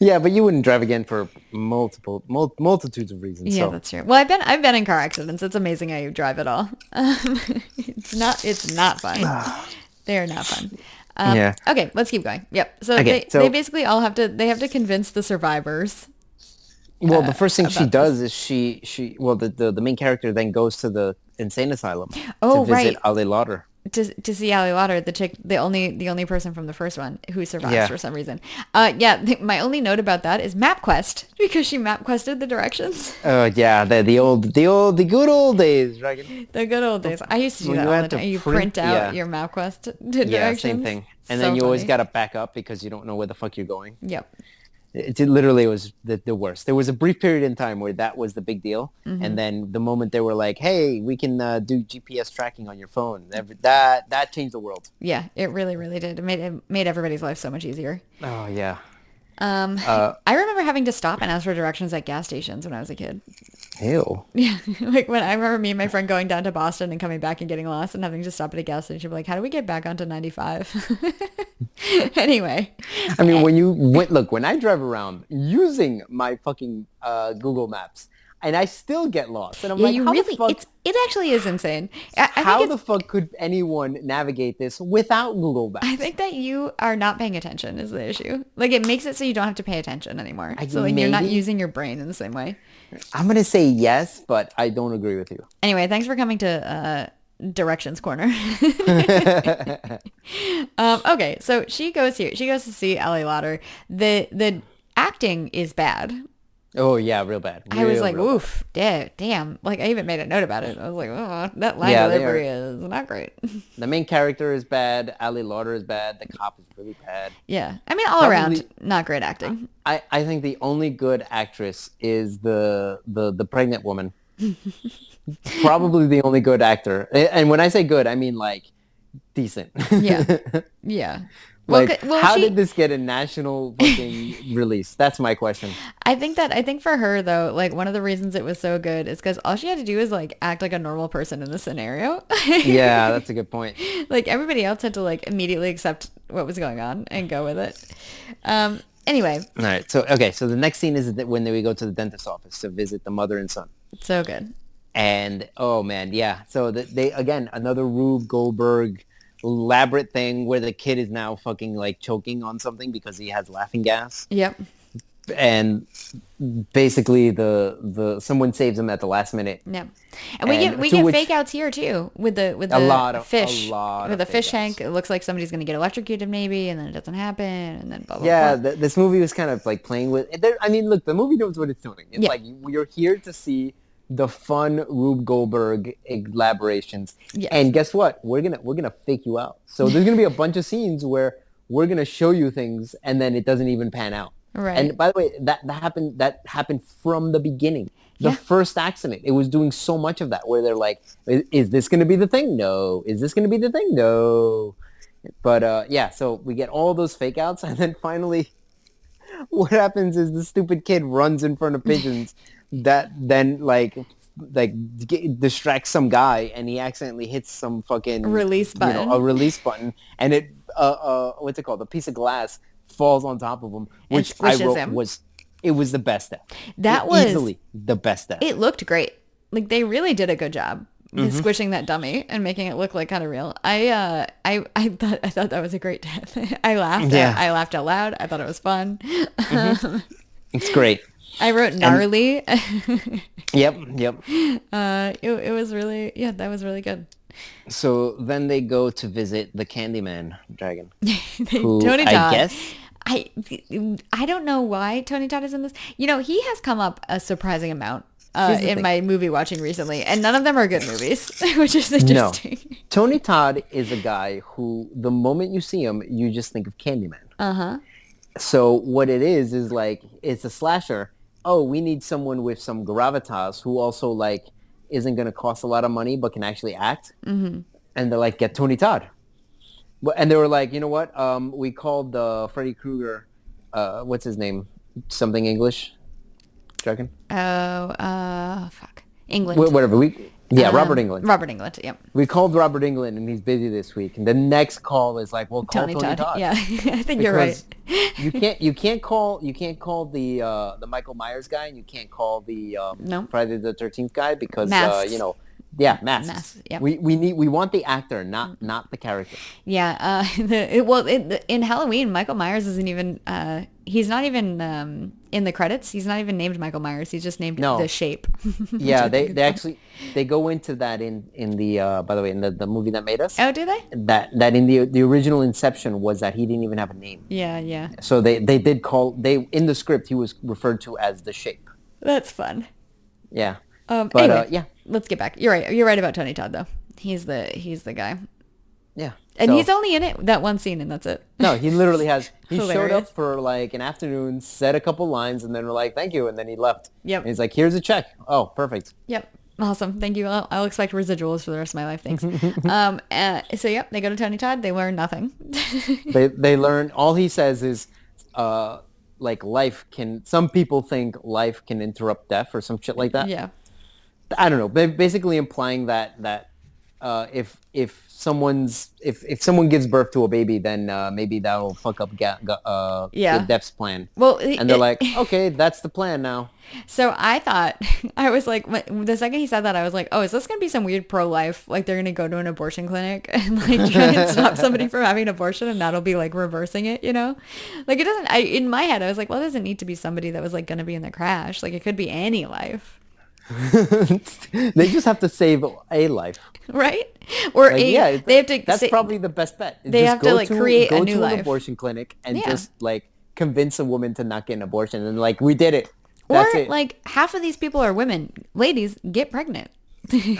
S2: Yeah, but you wouldn't drive again for multiple mul- multitudes of reasons.
S1: Yeah,
S2: so.
S1: that's true. Well, I've been I've been in car accidents. It's amazing how you drive at all. Um, it's not it's not
S2: Ah.
S1: fun. They're not fun. Um,
S2: Yeah.
S1: Okay, let's keep going. Yep. So,
S2: Okay,
S1: they,
S2: so-
S1: they basically all have to they have to convince the survivors.
S2: Well, the first thing she does is she she well the, the the main character then goes to the insane asylum
S1: Oh,
S2: to visit
S1: right.
S2: Ali Lauder.
S1: to, to see Ali Water, the chick, the only the only person from the first one who survives
S2: Yeah.
S1: for some reason. Uh, yeah, th- my only note about that is MapQuest because she MapQuested the directions.
S2: Uh, yeah, the the old the old the good old days, right?
S1: The good old days. I used to do
S2: Well,
S1: that
S2: you
S1: all
S2: had
S1: the
S2: to
S1: time. You
S2: print-
S1: print, out
S2: yeah.
S1: your MapQuest d- directions.
S2: Yeah, same thing. And then
S1: So
S2: you always
S1: funny.
S2: got to back up because you don't know where the fuck you're going.
S1: Yep.
S2: It, it literally was the, the worst. There was a brief period in time where that was the big deal,
S1: Mm-hmm.
S2: and then the moment they were like, "Hey, we can uh, do GPS tracking on your phone," that that, that changed the world.
S1: Yeah, it really, really did. It made it made everybody's life so much easier.
S2: Oh yeah,
S1: Um, I remember having to stop and ask for directions at gas stations when I was a kid.
S2: ew.
S1: Yeah, like when I remember me and my friend going down to Boston and coming back and getting lost and having to stop at a gas station. Like, how do we get back onto ninety five? anyway,
S2: I mean, when you went, look, when I drive around using my fucking uh, Google Maps, and I still get lost, and I'm
S1: yeah,
S2: like,
S1: you
S2: how
S1: really
S2: the fuck,
S1: it's it actually is insane. I, I
S2: how
S1: think
S2: the
S1: it's,
S2: fuck could anyone navigate this without Google Maps?
S1: I think that you are not paying attention is the issue. Like, it makes it so you don't have to pay attention anymore.
S2: I-
S1: so like you're not
S2: maybe.
S1: using your brain in the same way.
S2: I'm gonna say yes, but I don't agree with you.
S1: Anyway, thanks for coming to uh, Directions Corner. um, okay, so she goes here. She goes to see Ellie Lauder. The the acting is bad.
S2: Oh yeah, real bad.
S1: I was
S2: Real,
S1: like,
S2: real-
S1: oof, da- damn. Like, I even made a note about it. I was like, oh, that line
S2: Yeah, they
S1: delivery is not great.
S2: the main character is bad. Ali Lauder is bad. The cop is really bad.
S1: yeah. I mean, all around, not great acting.
S2: I, I think the only good actress is the the, the pregnant woman. Probably the only good actor. A- And when I say good, I mean like decent.
S1: Yeah. yeah. Well,
S2: like
S1: c- well,
S2: how
S1: she,
S2: did this get a national fucking release? That's my question.
S1: I think that, I think for her, though, like, one of the reasons it was so good is because all she had to do was, like, act like a normal person in the scenario.
S2: Yeah, that's a good point.
S1: like everybody else had to like immediately accept what was going on and go with it. Um, anyway,
S2: All right. So okay, so the next scene is that when we go to the dentist's office to visit the mother and son.
S1: so good.
S2: And oh man, yeah. So the, they again another Rube Goldberg elaborate thing where the kid is now fucking like choking on something because he has laughing gas,
S1: Yep.
S2: and basically the the someone saves him at the last minute.
S1: Yeah. And we
S2: And
S1: get we
S2: to
S1: get
S2: which-
S1: fake outs here too with the with the
S2: A lot of- a
S1: fish
S2: lot
S1: with the
S2: of
S1: fish
S2: fake
S1: tank. It looks like somebody's gonna get electrocuted maybe, and then it doesn't happen, and then blah blah
S2: Yeah,
S1: blah.
S2: th- this movie was kind of like playing with. There, I mean, look, the movie knows what it's doing. It's
S1: Yeah.
S2: like you- you're here to see the fun Rube Goldberg elaborations.
S1: Yes.
S2: And guess what? We're gonna we're gonna fake you out. So there's gonna be a bunch of scenes where we're gonna show you things, and then it doesn't even pan out.
S1: Right.
S2: And by the way, that, that happened that happened from the beginning. The
S1: Yeah.
S2: first accident, it was doing so much of that where they're like, "Is, is this going to be the thing? No. Is this going to be the thing? No." But uh, yeah, so we get all those fake outs, and then finally, what happens is the stupid kid runs in front of pigeons that then like like g- distracts some guy, and he accidentally hits some fucking
S1: Release
S2: you know,
S1: button.
S2: a release button, and it uh, uh, what's it called? A piece of glass falls on top of him, which I
S1: squishes
S2: wrote
S1: him.
S2: was it was the best death.
S1: That was-
S2: easily the best death.
S1: It looked great. Like they really did a good job with
S2: Mm-hmm.
S1: squishing that dummy and making it look like kind of real. I uh I I thought I thought that was a great death. I laughed.
S2: Yeah.
S1: I, laughed out loud. I thought it was fun.
S2: it's great.
S1: I wrote gnarly.
S2: Yep, yep.
S1: uh, it, it was really, yeah, that was really good.
S2: So then they go to visit the Candyman dragon.
S1: They-
S2: Who,
S1: Tony
S2: I
S1: Todd. I
S2: guess-
S1: I don't know why Tony Todd is in this. You know, he has come up a surprising amount uh,
S2: Here's the
S1: in
S2: thing.
S1: my movie watching recently, and none of them are good movies, which is interesting.
S2: Tony Todd is a guy who, the moment you see him, you just think of Candyman.
S1: Uh huh.
S2: So what it is is like it's a slasher. Oh, we need someone with some gravitas who also like isn't going to cost a lot of money but can actually act. Mm-hmm. And they're like, get Tony Todd. But- And they were like, you know what? Um, we called the Freddy Krueger. Uh, what's his name? Something English. Dragon.
S1: Oh, uh, fuck. England.
S2: Wh- Whatever. We yeah,
S1: Um,
S2: Robert England.
S1: Robert England. Yep.
S2: we called Robert England, and he's busy this week. And the next call is like, well, call
S1: Tony,
S2: Tony,
S1: Todd.
S2: Todd.
S1: Yeah, I think you're right.
S2: Because you can't you can't call you can't call the uh, the Michael Myers guy and you can't call the um,
S1: No.
S2: Friday the Thirteenth guy because uh,
S1: Masks.
S2: you know yeah masks.
S1: Masks, yep. Mm-hmm.
S2: We we need we want the actor not not the character.
S1: Yeah. Uh, the, it, well, it, the, in Halloween, Michael Myers isn't even. Uh, he's not even um, in the credits. He's not even named Michael Myers. He's just named
S2: No.
S1: the shape.
S2: Yeah, they they actually they go into that in in the uh, by the way in the, the movie that made us
S1: oh, do they?
S2: that that in the the original Inception was that he didn't even have a name.
S1: Yeah, yeah.
S2: So they they did call they in the script he was referred to as the shape.
S1: That's fun.
S2: Yeah.
S1: Um,
S2: But,
S1: anyway,
S2: uh, yeah.
S1: Let's get back. You're right. You're right about Tony Todd though. He's the he's the guy,
S2: Yeah.
S1: and
S2: So-
S1: he's only in it that one scene, and that's it.
S2: No, he literally has. He showed
S1: Hilarious.
S2: up for like an afternoon, said a couple lines, and then we're like, "Thank you," and then he left.
S1: Yep.
S2: And he's like, "Here's a check." Oh, perfect.
S1: Yep. Awesome. Thank you. I'll, I'll expect residuals for the rest of my life. Thanks. um. Uh, so yep, they go to Tony Todd. They learn nothing.
S2: they they learn. All he says is, uh, like life can. Some people think life can interrupt death or some shit like that.
S1: yeah.
S2: I don't know. ba- Basically implying that that uh, if if someone's if if someone gives birth to a baby, then uh, maybe that'll fuck up ga- ga- uh,
S1: Yeah.
S2: the death's plan.
S1: Well,
S2: and they're
S1: it-
S2: like, "Okay, that's the plan now."
S1: So I thought, I was like, when- the second he said that, I was like, oh, is this going to be some weird pro-life? Like they're going to go to an abortion clinic and like try and stop somebody from having an abortion and that'll be like reversing it, you know? Like it doesn't, I, in my head, I was like, well, it doesn't need to be somebody that was like going to be in the crash. Like it could be any life,
S2: they just have to save a life.
S1: right? Or
S2: Like,
S1: a,
S2: yeah, it's-
S1: they have to,
S2: That's
S1: say-
S2: probably the best bet.
S1: they have to, like, create a
S2: go
S1: new
S2: to
S1: life.
S2: an abortion clinic and
S1: Yeah.
S2: just like convince a woman to not get an abortion, and like we did it.
S1: Or
S2: That's it.
S1: like half of these people are women. Ladies get pregnant.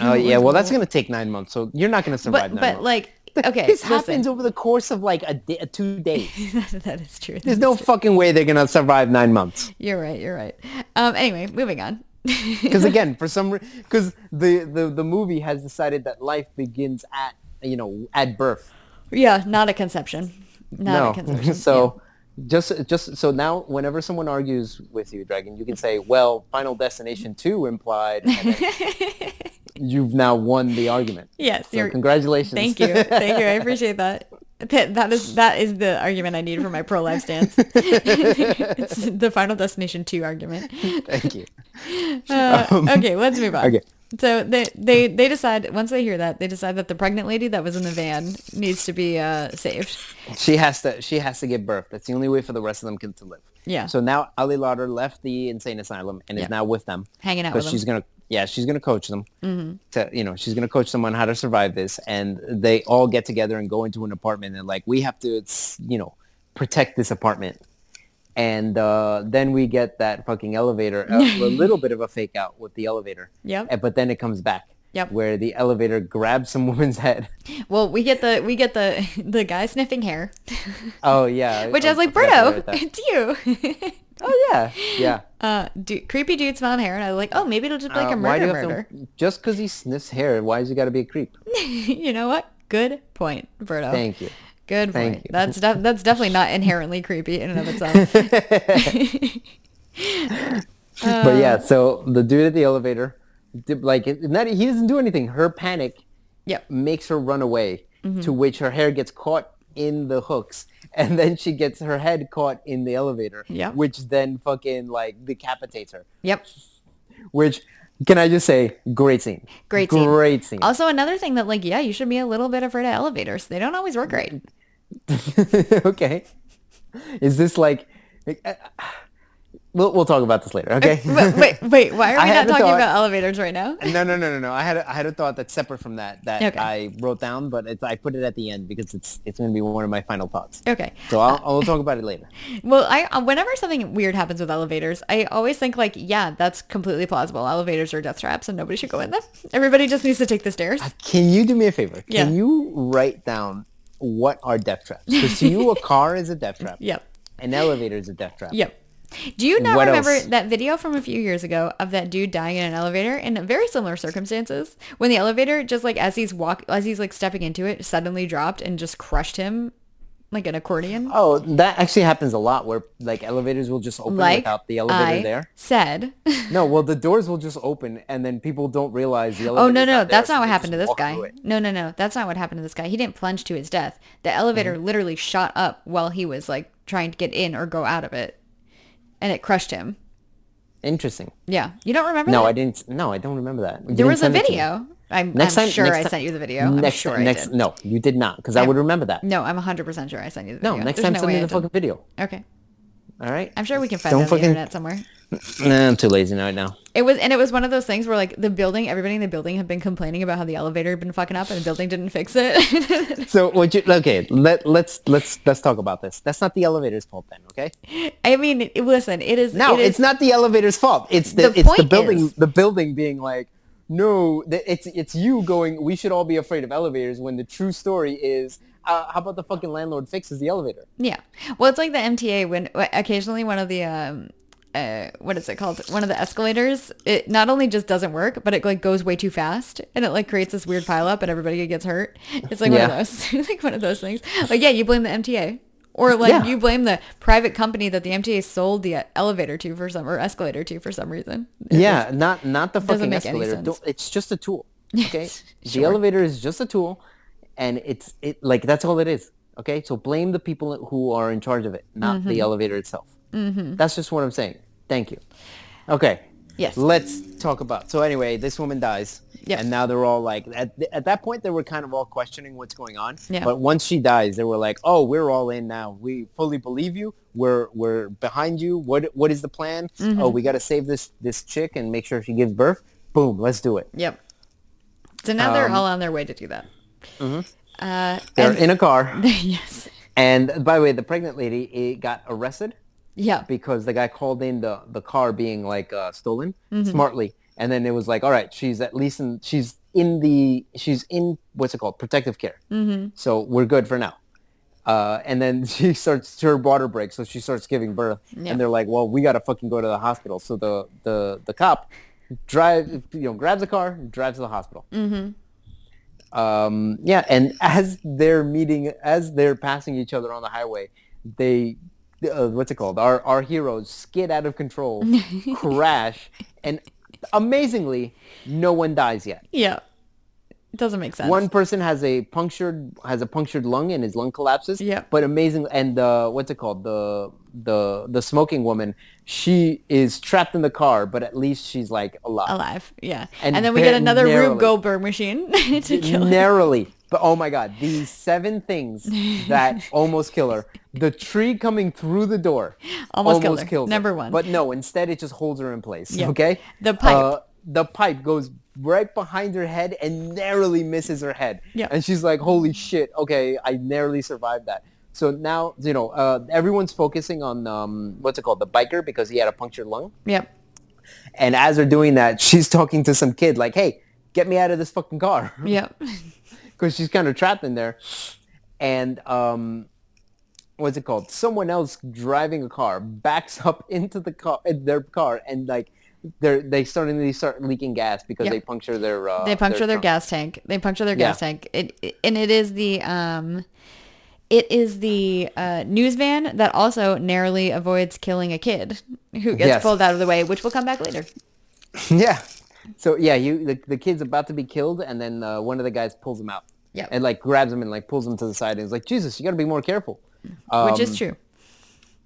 S2: Oh yeah, well that's gonna take nine months, so you're not gonna survive
S1: but
S2: nine
S1: but
S2: months.
S1: like okay,
S2: this
S1: listen.
S2: happens over the course of like a day, two days.
S1: that is true.
S2: There's no fucking way they're gonna survive nine months.
S1: You're right. You're right. Um. Anyway, moving on.
S2: Because again, for some, because the, the the movie has decided that life begins at you know at birth.
S1: yeah, not a conception. Not a
S2: no,
S1: conception.
S2: so just just so now, whenever someone argues with you, Dragon, you can say, "Well, Final Destination Two implied." And then you've now won the argument.
S1: Yes,
S2: So
S1: you're-
S2: congratulations.
S1: Thank you. Thank you. I appreciate that. That that is that is the argument I need for my pro life stance. it's the Final Destination two argument.
S2: Thank you.
S1: Uh, okay, let's move on.
S2: Um, okay.
S1: So they, they they decide once they hear that they decide that the pregnant lady that was in the van needs to be uh, saved.
S2: She has to. She has to give birth. That's the only way for the rest of them can to live.
S1: Yeah.
S2: So now Ali Lauder left the insane asylum and
S1: Yeah.
S2: is now with them,
S1: Hanging out
S2: Because
S1: with Mm-hmm.
S2: she's gonna, yeah, she's gonna coach them. To you know, she's gonna coach them on how to survive this, and they all get together and go into an apartment and like we have to, it's, you know, protect this apartment. And uh, then we get that fucking elevator, a, a little bit of a fake out with the elevator.
S1: Yep.
S2: And- But then it comes back.
S1: Yep.
S2: Where the elevator grabs some woman's head.
S1: Well, we get the we get the the guy sniffing hair,
S2: Oh yeah.
S1: which I was like,
S2: forgot to
S1: Berto,
S2: write that.
S1: it's you.
S2: Oh yeah, yeah.
S1: uh, du- creepy dude smelling hair, and I was like, oh, maybe it'll just be like
S2: Uh,
S1: a
S2: why
S1: murder
S2: do you have
S1: murder.
S2: To, just because he sniffs hair, why has he got to be a creep?
S1: you know what? Good point, Berto.
S2: Thank you.
S1: Good
S2: Thank
S1: point.
S2: you.
S1: That's def- that's definitely not inherently creepy in and of itself.
S2: but yeah, so the dude at the elevator, did, like, it- not, he doesn't do anything. Her panic
S1: yep.
S2: makes her run away,
S1: Mm-hmm.
S2: to which her hair gets caught in the hooks, and then she gets her head caught in the elevator,
S1: Yeah.
S2: which then fucking like decapitates her.
S1: Yep.
S2: Which, can I just say, great scene.
S1: Great scene.
S2: Great scene.
S1: Also, another thing that, like, yeah, you should be a little bit afraid of elevators. They don't always work great.
S2: okay. Is this like? uh, we'll we'll talk about this later. Okay.
S1: But wait, wait, why are
S2: I
S1: we not
S2: haven't
S1: talking
S2: thought-
S1: about elevators right now?
S2: No, no, no, no, no. I had a, I had a thought that's separate from that that
S1: Okay.
S2: I wrote down, but it's, I put it at the end because it's it's going to be one of my final thoughts.
S1: Okay.
S2: So I'll, I'll talk about it later.
S1: Well, I uh, whenever something weird happens with elevators, I always think like, yeah, that's completely plausible. Elevators are death traps, and nobody should go in them. Everybody just needs to take the stairs.
S2: Can you do me a favor? Can
S1: Yeah.
S2: you write down what are death traps? Because to you, a car is a death trap.
S1: Yep.
S2: An elevator is a death trap.
S1: Yep. Do you not
S2: What
S1: remember
S2: else?
S1: that video from a few years ago of that dude dying in an elevator in very similar circumstances? When the elevator just like as he's walk as he's like stepping into it suddenly dropped and just crushed him like an accordion.
S2: Oh, that actually happens a lot where like elevators will just open
S1: like
S2: without the elevator
S1: I
S2: there.
S1: said.
S2: No, well the doors will just open and then people don't realize the elevator.
S1: Oh no no, that's not what happened to this guy. No no no, that's not what happened to this guy. He didn't plunge to his death. The elevator
S2: Mm-hmm.
S1: literally shot up while he was like trying to get in or go out of it, and it crushed him.
S2: Interesting.
S1: Yeah, you don't remember?
S2: No,
S1: that?
S2: I didn't. No, I don't remember that. You
S1: There
S2: didn't
S1: was a
S2: send it to me.
S1: video. I'm,
S2: Next
S1: I'm
S2: time-
S1: sure
S2: next
S1: I
S2: ti-
S1: sent you the video.
S2: next,
S1: I'm sure I
S2: next,
S1: did.
S2: no, you did not, because I would remember that.
S1: No, I'm 100% sure I sent you the
S2: No,
S1: video.
S2: next
S1: There's
S2: time
S1: no
S2: send
S1: way
S2: me
S1: I
S2: the fucking video.
S1: didn't. Okay.
S2: All right.
S1: I'm sure we can find
S2: Don't
S1: it on the
S2: fucking-
S1: internet somewhere.
S2: Nah, I'm too lazy right now.
S1: It was, and it was one of those things where like the building, everybody in the building had been complaining about how the elevator had been fucking up and the building didn't fix it.
S2: So, would you? Okay, let let's let's let's talk about this. That's not the elevator's fault, then. Okay.
S1: I mean, it- listen, it is.
S2: No,
S1: it is,
S2: it's not the elevator's fault. It's the,
S1: The
S2: it's the
S1: point
S2: building
S1: is-
S2: the building being like, no, th- it's it's you going. We should all be afraid of elevators when the true story is. Uh, how about the fucking landlord fixes the elevator?
S1: Yeah. Well, it's like the MTA when occasionally one of the um uh what is it called? One of the escalators, it not only just doesn't work, but it like goes way too fast and it like creates this weird pileup and everybody gets hurt. It's like one
S2: Yeah.
S1: of those like one of those things. Like yeah, you blame the MTA. Or like
S2: Yeah.
S1: you blame the private company that the MTA sold the uh, elevator to for some or escalator to for some reason.
S2: Yeah, not not the fucking
S1: make any
S2: escalator.
S1: sense.
S2: Don't- It's just a tool. Okay,
S1: Sure.
S2: the elevator is just a tool, and it's it like that's all it is. Okay, so blame the people who are in charge of it, not the elevator itself. Mm-hmm. That's just what I'm saying. Thank you. Okay.
S1: Yes.
S2: Let's talk about. So anyway, this woman dies,
S1: Yep.
S2: and now they're all like, at, th- at that point they were kind of all questioning what's going on.
S1: Yeah.
S2: But once she dies, they were like, oh, we're all in now. We fully believe you. We're we're behind you. What what is the plan?
S1: Mm-hmm.
S2: Oh, we got to save this this chick and make sure she gives birth. Boom, let's do it.
S1: Yep. So now
S2: Um,
S1: they're all on their way to do that. Uh
S2: mm-hmm. They're in a car,
S1: yes.
S2: and by the way, the pregnant lady eh, got arrested
S1: Yeah.
S2: because the guy called in the, the car being like uh, stolen smartly, and then it was like, all right, she's at least in she's in the she's in what's it called protective care, mm-hmm. so we're good for now. Uh, and then she starts her water breaks, so she starts giving birth,
S1: Yeah.
S2: and they're like, well, we gotta fucking go to the hospital. So the the the cop drive you know grabs a car, drives to the hospital. Um, yeah, and as they're meeting, as they're passing each other on the highway, they, uh, what's it called? Our our heroes skid out of control, crash, and amazingly, no one dies yet.
S1: Yeah. It doesn't make sense.
S2: One person has a punctured has a punctured lung and his lung collapses.
S1: Yeah.
S2: But amazing, and uh, what's it called? The the the smoking woman. She is trapped in the car, but at least she's like alive.
S1: alive. Yeah. And,
S2: And
S1: then we get
S2: very
S1: another
S2: narrowly.
S1: Rube Goldberg machine to kill her.
S2: narrowly. But oh my god, these seven things that almost kill her. The tree coming through the door
S1: Almost killed her.
S2: kills
S1: Number one.
S2: But no, instead it just holds her in place.
S1: Yeah.
S2: Okay. Uh,
S1: The pipe.
S2: the pipe goes right behind her head and narrowly misses her head.
S1: Yeah.
S2: And she's like, "Holy shit! Okay, I narrowly survived that." So now you know uh, everyone's focusing on um, what's it called, the biker, because he had a punctured lung.
S1: Yep.
S2: And as they're doing that, she's talking to some kid like, "Hey, get me out of this fucking car."
S1: Yep.
S2: because she's kind of trapped in there. And um, what's it called? Someone else driving a car backs up into the car, uh, their car, and like they're they suddenly start leaking gas because
S1: Yep.
S2: they puncture their uh,
S1: They puncture their
S2: trunk.
S1: gas tank. They puncture their gas
S2: Yeah.
S1: tank. It, it- and it is the um it is the uh, news van that also narrowly avoids killing a kid who gets
S2: Yes.
S1: pulled out of the way, which will come back later.
S2: yeah. So yeah, you the, the kid's about to be killed, and then uh, one of the guys pulls him out.
S1: Yep.
S2: And like grabs him and like pulls him to the side and is like, Jesus, you got to be more careful.
S1: which
S2: Um,
S1: is true.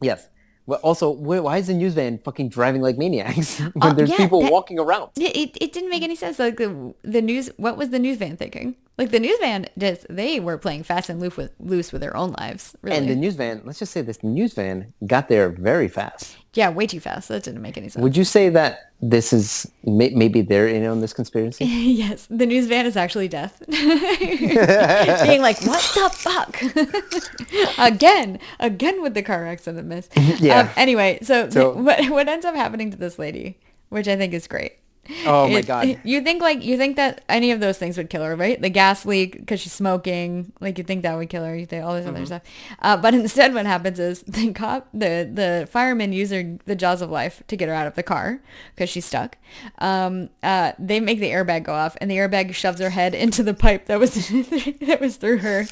S2: Yes. Well, also, wh- why is the news van fucking driving like maniacs when
S1: Uh,
S2: there's
S1: yeah,
S2: people
S1: that-
S2: walking around?
S1: It, it, it didn't make any sense. Like the, the news, what was the news van thinking? Like the news van, just they were playing fast and loose with loose with their own lives. Really,
S2: And the news van, let's just say this news van got there very fast.
S1: yeah, way too fast. That didn't make any sense.
S2: Would you say that this is may- maybe they're in on this conspiracy?
S1: yes, the news van is actually death. Being like, what the fuck? again, again with the car accident miss.
S2: Yeah.
S1: anyway, so,
S2: So-
S1: th- what what ends up happening to this lady, which I think is great.
S2: Oh my
S1: It-
S2: god!
S1: You think like you think that any of those things would kill her, right? The gas leak because she's smoking, like you think that would kill her. You think all this
S2: Mm-hmm.
S1: other stuff, uh, but instead, what happens is the cop, the the firemen use her, the jaws of life to get her out of the car because she's stuck. Um, uh, they make the airbag go off, and the airbag shoves her head into the pipe that was that was through her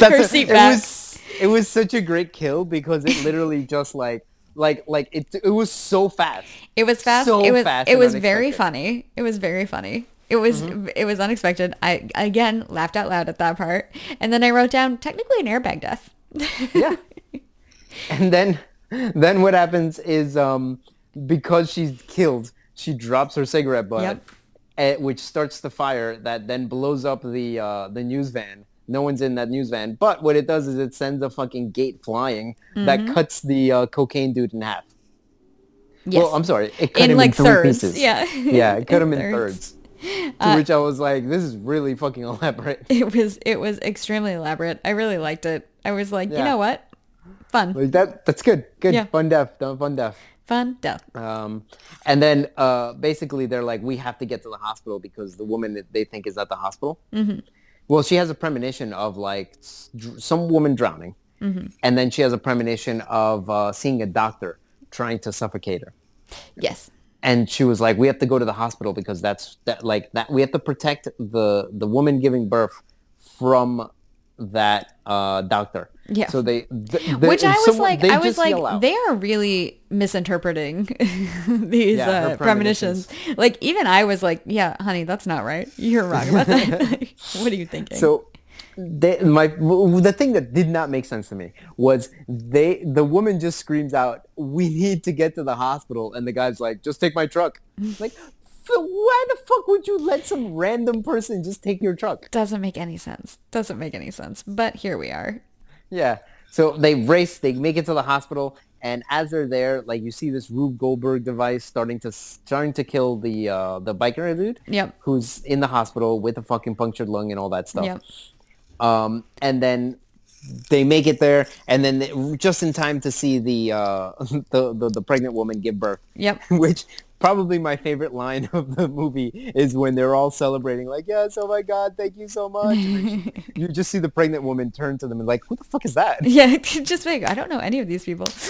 S2: That's
S1: her
S2: a-
S1: seat
S2: it
S1: back.
S2: was it was such a great kill because it literally just like like like it it was so fast.
S1: It was fast.
S2: so
S1: it was
S2: fast
S1: it
S2: and
S1: was very
S2: unexpected. Mm-hmm.
S1: funny. It was very funny. It was it was unexpected. I again laughed out loud at that part, and then I wrote down technically an airbag death.
S2: Yeah. and then then what happens is um because she's killed, she drops her cigarette butt,
S1: Yep.
S2: eh, which starts the fire that then blows up the uh, the news van. No one's in that news van, but what it does is it sends a fucking gate flying that
S1: Mm-hmm.
S2: cuts the uh, cocaine dude in half.
S1: Yes.
S2: Well, I'm sorry. It cut
S1: In,
S2: him
S1: like,
S2: in three
S1: thirds.
S2: pieces.
S1: Yeah.
S2: Yeah, it cut
S1: In
S2: him in
S1: thirds. Uh,
S2: thirds. to which I was like, this is really fucking elaborate.
S1: it was it was extremely elaborate. I really liked it. I was like, you
S2: Yeah.
S1: know what, fun,
S2: Like that that's good. Good.
S1: Yeah.
S2: Fun death. done- Fun death.
S1: fun death.
S2: Um, and then uh, basically they're like, we have to get to the hospital because the woman that they think is at the hospital.
S1: Mm-hmm.
S2: Well, she has a premonition of like s- dr- some woman drowning.
S1: Mm-hmm.
S2: And then she has a premonition of uh, seeing a doctor trying to suffocate her.
S1: Yes.
S2: And she was like, we have to go to the hospital because that's that like that we have to protect the the woman giving birth from that uh, doctor.
S1: Yeah.
S2: So they, th- th-
S1: Which I was
S2: someone-
S1: like,
S2: they
S1: I was
S2: just yell
S1: like,
S2: out.
S1: they are really misinterpreting these
S2: Yeah, her
S1: uh, premonitions. Like even I was like, yeah, honey, that's not right. You're wrong about that. Like, what are you thinking?
S2: So they, my w- the thing that did not make sense to me was they the woman just screams out, "We need to get to the hospital," and the guy's like, "Just take my truck." like, so why the fuck would you let some random person just take your truck?
S1: doesn't make any sense. Doesn't make any sense. But here we are.
S2: Yeah. So they race, they make it to the hospital, and as they're there, like you see this Rube Goldberg device starting to starting to kill the uh, the biker dude.
S1: Yep.
S2: Who's in the hospital with a fucking punctured lung and all that stuff.
S1: Yep.
S2: Um, and then they make it there, and then they, just in time to see the, uh, the the the pregnant woman give birth.
S1: Yep.
S2: Which probably my favorite line of the movie is when they're all celebrating, like, "Yes, oh my God, thank you so much." And she- you just see the pregnant woman turn to them and like, "Who the fuck is that?"
S1: Yeah, just like I don't know any of these people.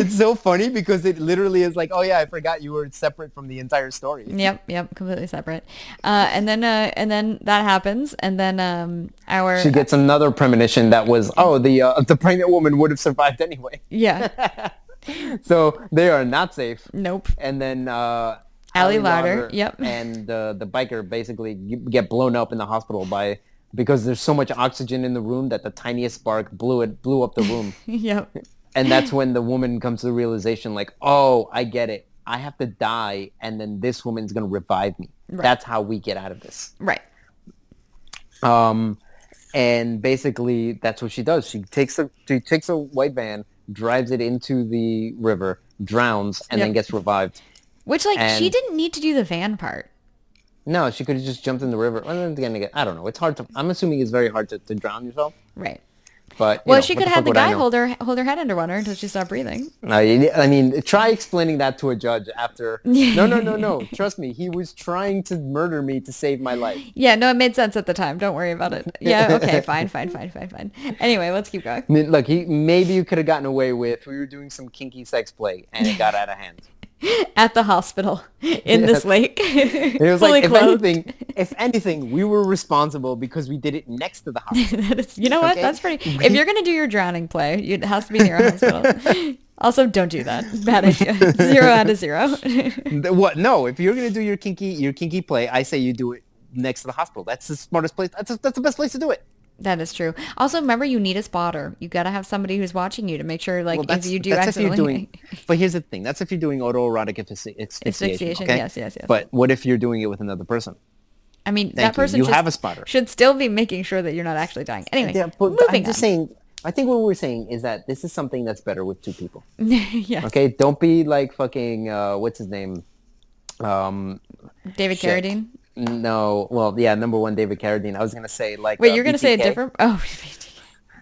S2: It's so funny because it literally is like, "Oh yeah, I forgot you were separate from the entire story."
S1: yep, yep, completely separate. Uh, and then uh, and then that happens, and then um, our
S2: She gets another premonition that was, "Oh, the uh, the pregnant woman would have survived anyway."
S1: yeah,
S2: So they are not safe.
S1: nope.
S2: and then uh,
S1: Ally
S2: Ally
S1: Lauder, yep.
S2: and uh, the biker basically g- get blown up in the hospital by because there's so much oxygen in the room that the tiniest spark blew it blew up the room,
S1: Yep.
S2: and that's when the woman comes to the realization like, oh, I get it, I have to die, and then this woman's gonna revive me. That's how we get out of this.
S1: Right.
S2: Um, and basically, that's what she does. She takes a she takes a white van, drives it into the river, drowns, and
S1: Yep.
S2: then gets revived.
S1: Which like she
S2: And-
S1: didn't need to do the van part.
S2: No, she could have just jumped in the river. Well, then again, again, I don't know. It's hard to. I'm assuming it's very hard to, to drown yourself.
S1: Right.
S2: But you
S1: Well,
S2: know,
S1: she
S2: what
S1: could have had
S2: fuck
S1: the
S2: would I
S1: guy
S2: know?
S1: hold her hold her head underwater until she stopped breathing.
S2: I, I mean, try explaining that to a judge after. No, no, no, no. Trust me, he was trying to murder me to save my life.
S1: Yeah, no, it made sense at the time. Don't worry about it. Yeah, okay, fine, fine, fine, fine, fine. Anyway, let's keep going.
S2: I mean, look, he maybe you could have gotten away with we were doing some kinky sex play and it got out of hand.
S1: At the hospital in this lake. it
S2: And it was like, if anything, if anything, we were responsible because we did it next to the hospital.
S1: That is- you know what?
S2: Okay.
S1: That's pretty. If you're gonna do your drowning play, you- it has to be near a hospital. also, don't do that. Bad idea. Zero out of zero.
S2: Th- What? No, if you're gonna do your kinky your kinky play, I say you do it next to the hospital. That's the smartest place. That's that's the best place to do it.
S1: that is true. Also, remember, you need a spotter. You gotta have somebody who's watching you to make sure, like,
S2: Well, that's
S1: if you do
S2: that's
S1: accidentally.
S2: if you're doing. But here's the thing. That's if you're doing autoerotic asphyxi- asphyxiation.
S1: Asphyxiation,
S2: okay?
S1: yes, yes, yes.
S2: But what if you're doing it with another person?
S1: I mean, that
S2: Thank you.
S1: person
S2: You
S1: just
S2: have a spotter.
S1: should still be making sure that you're not actually dying. Anyway,
S2: I'm
S1: moving
S2: just
S1: on.
S2: saying. I think what we're saying is that this is something that's better with two people.
S1: Mm. yes,
S2: Okay, don't be like fucking uh, what's his name. Um,
S1: David
S2: shit.
S1: Carradine.
S2: no, well, yeah, number one, David Carradine. I was gonna say like.
S1: Wait,
S2: uh,
S1: you're gonna say a
S2: BTK.
S1: different? Oh,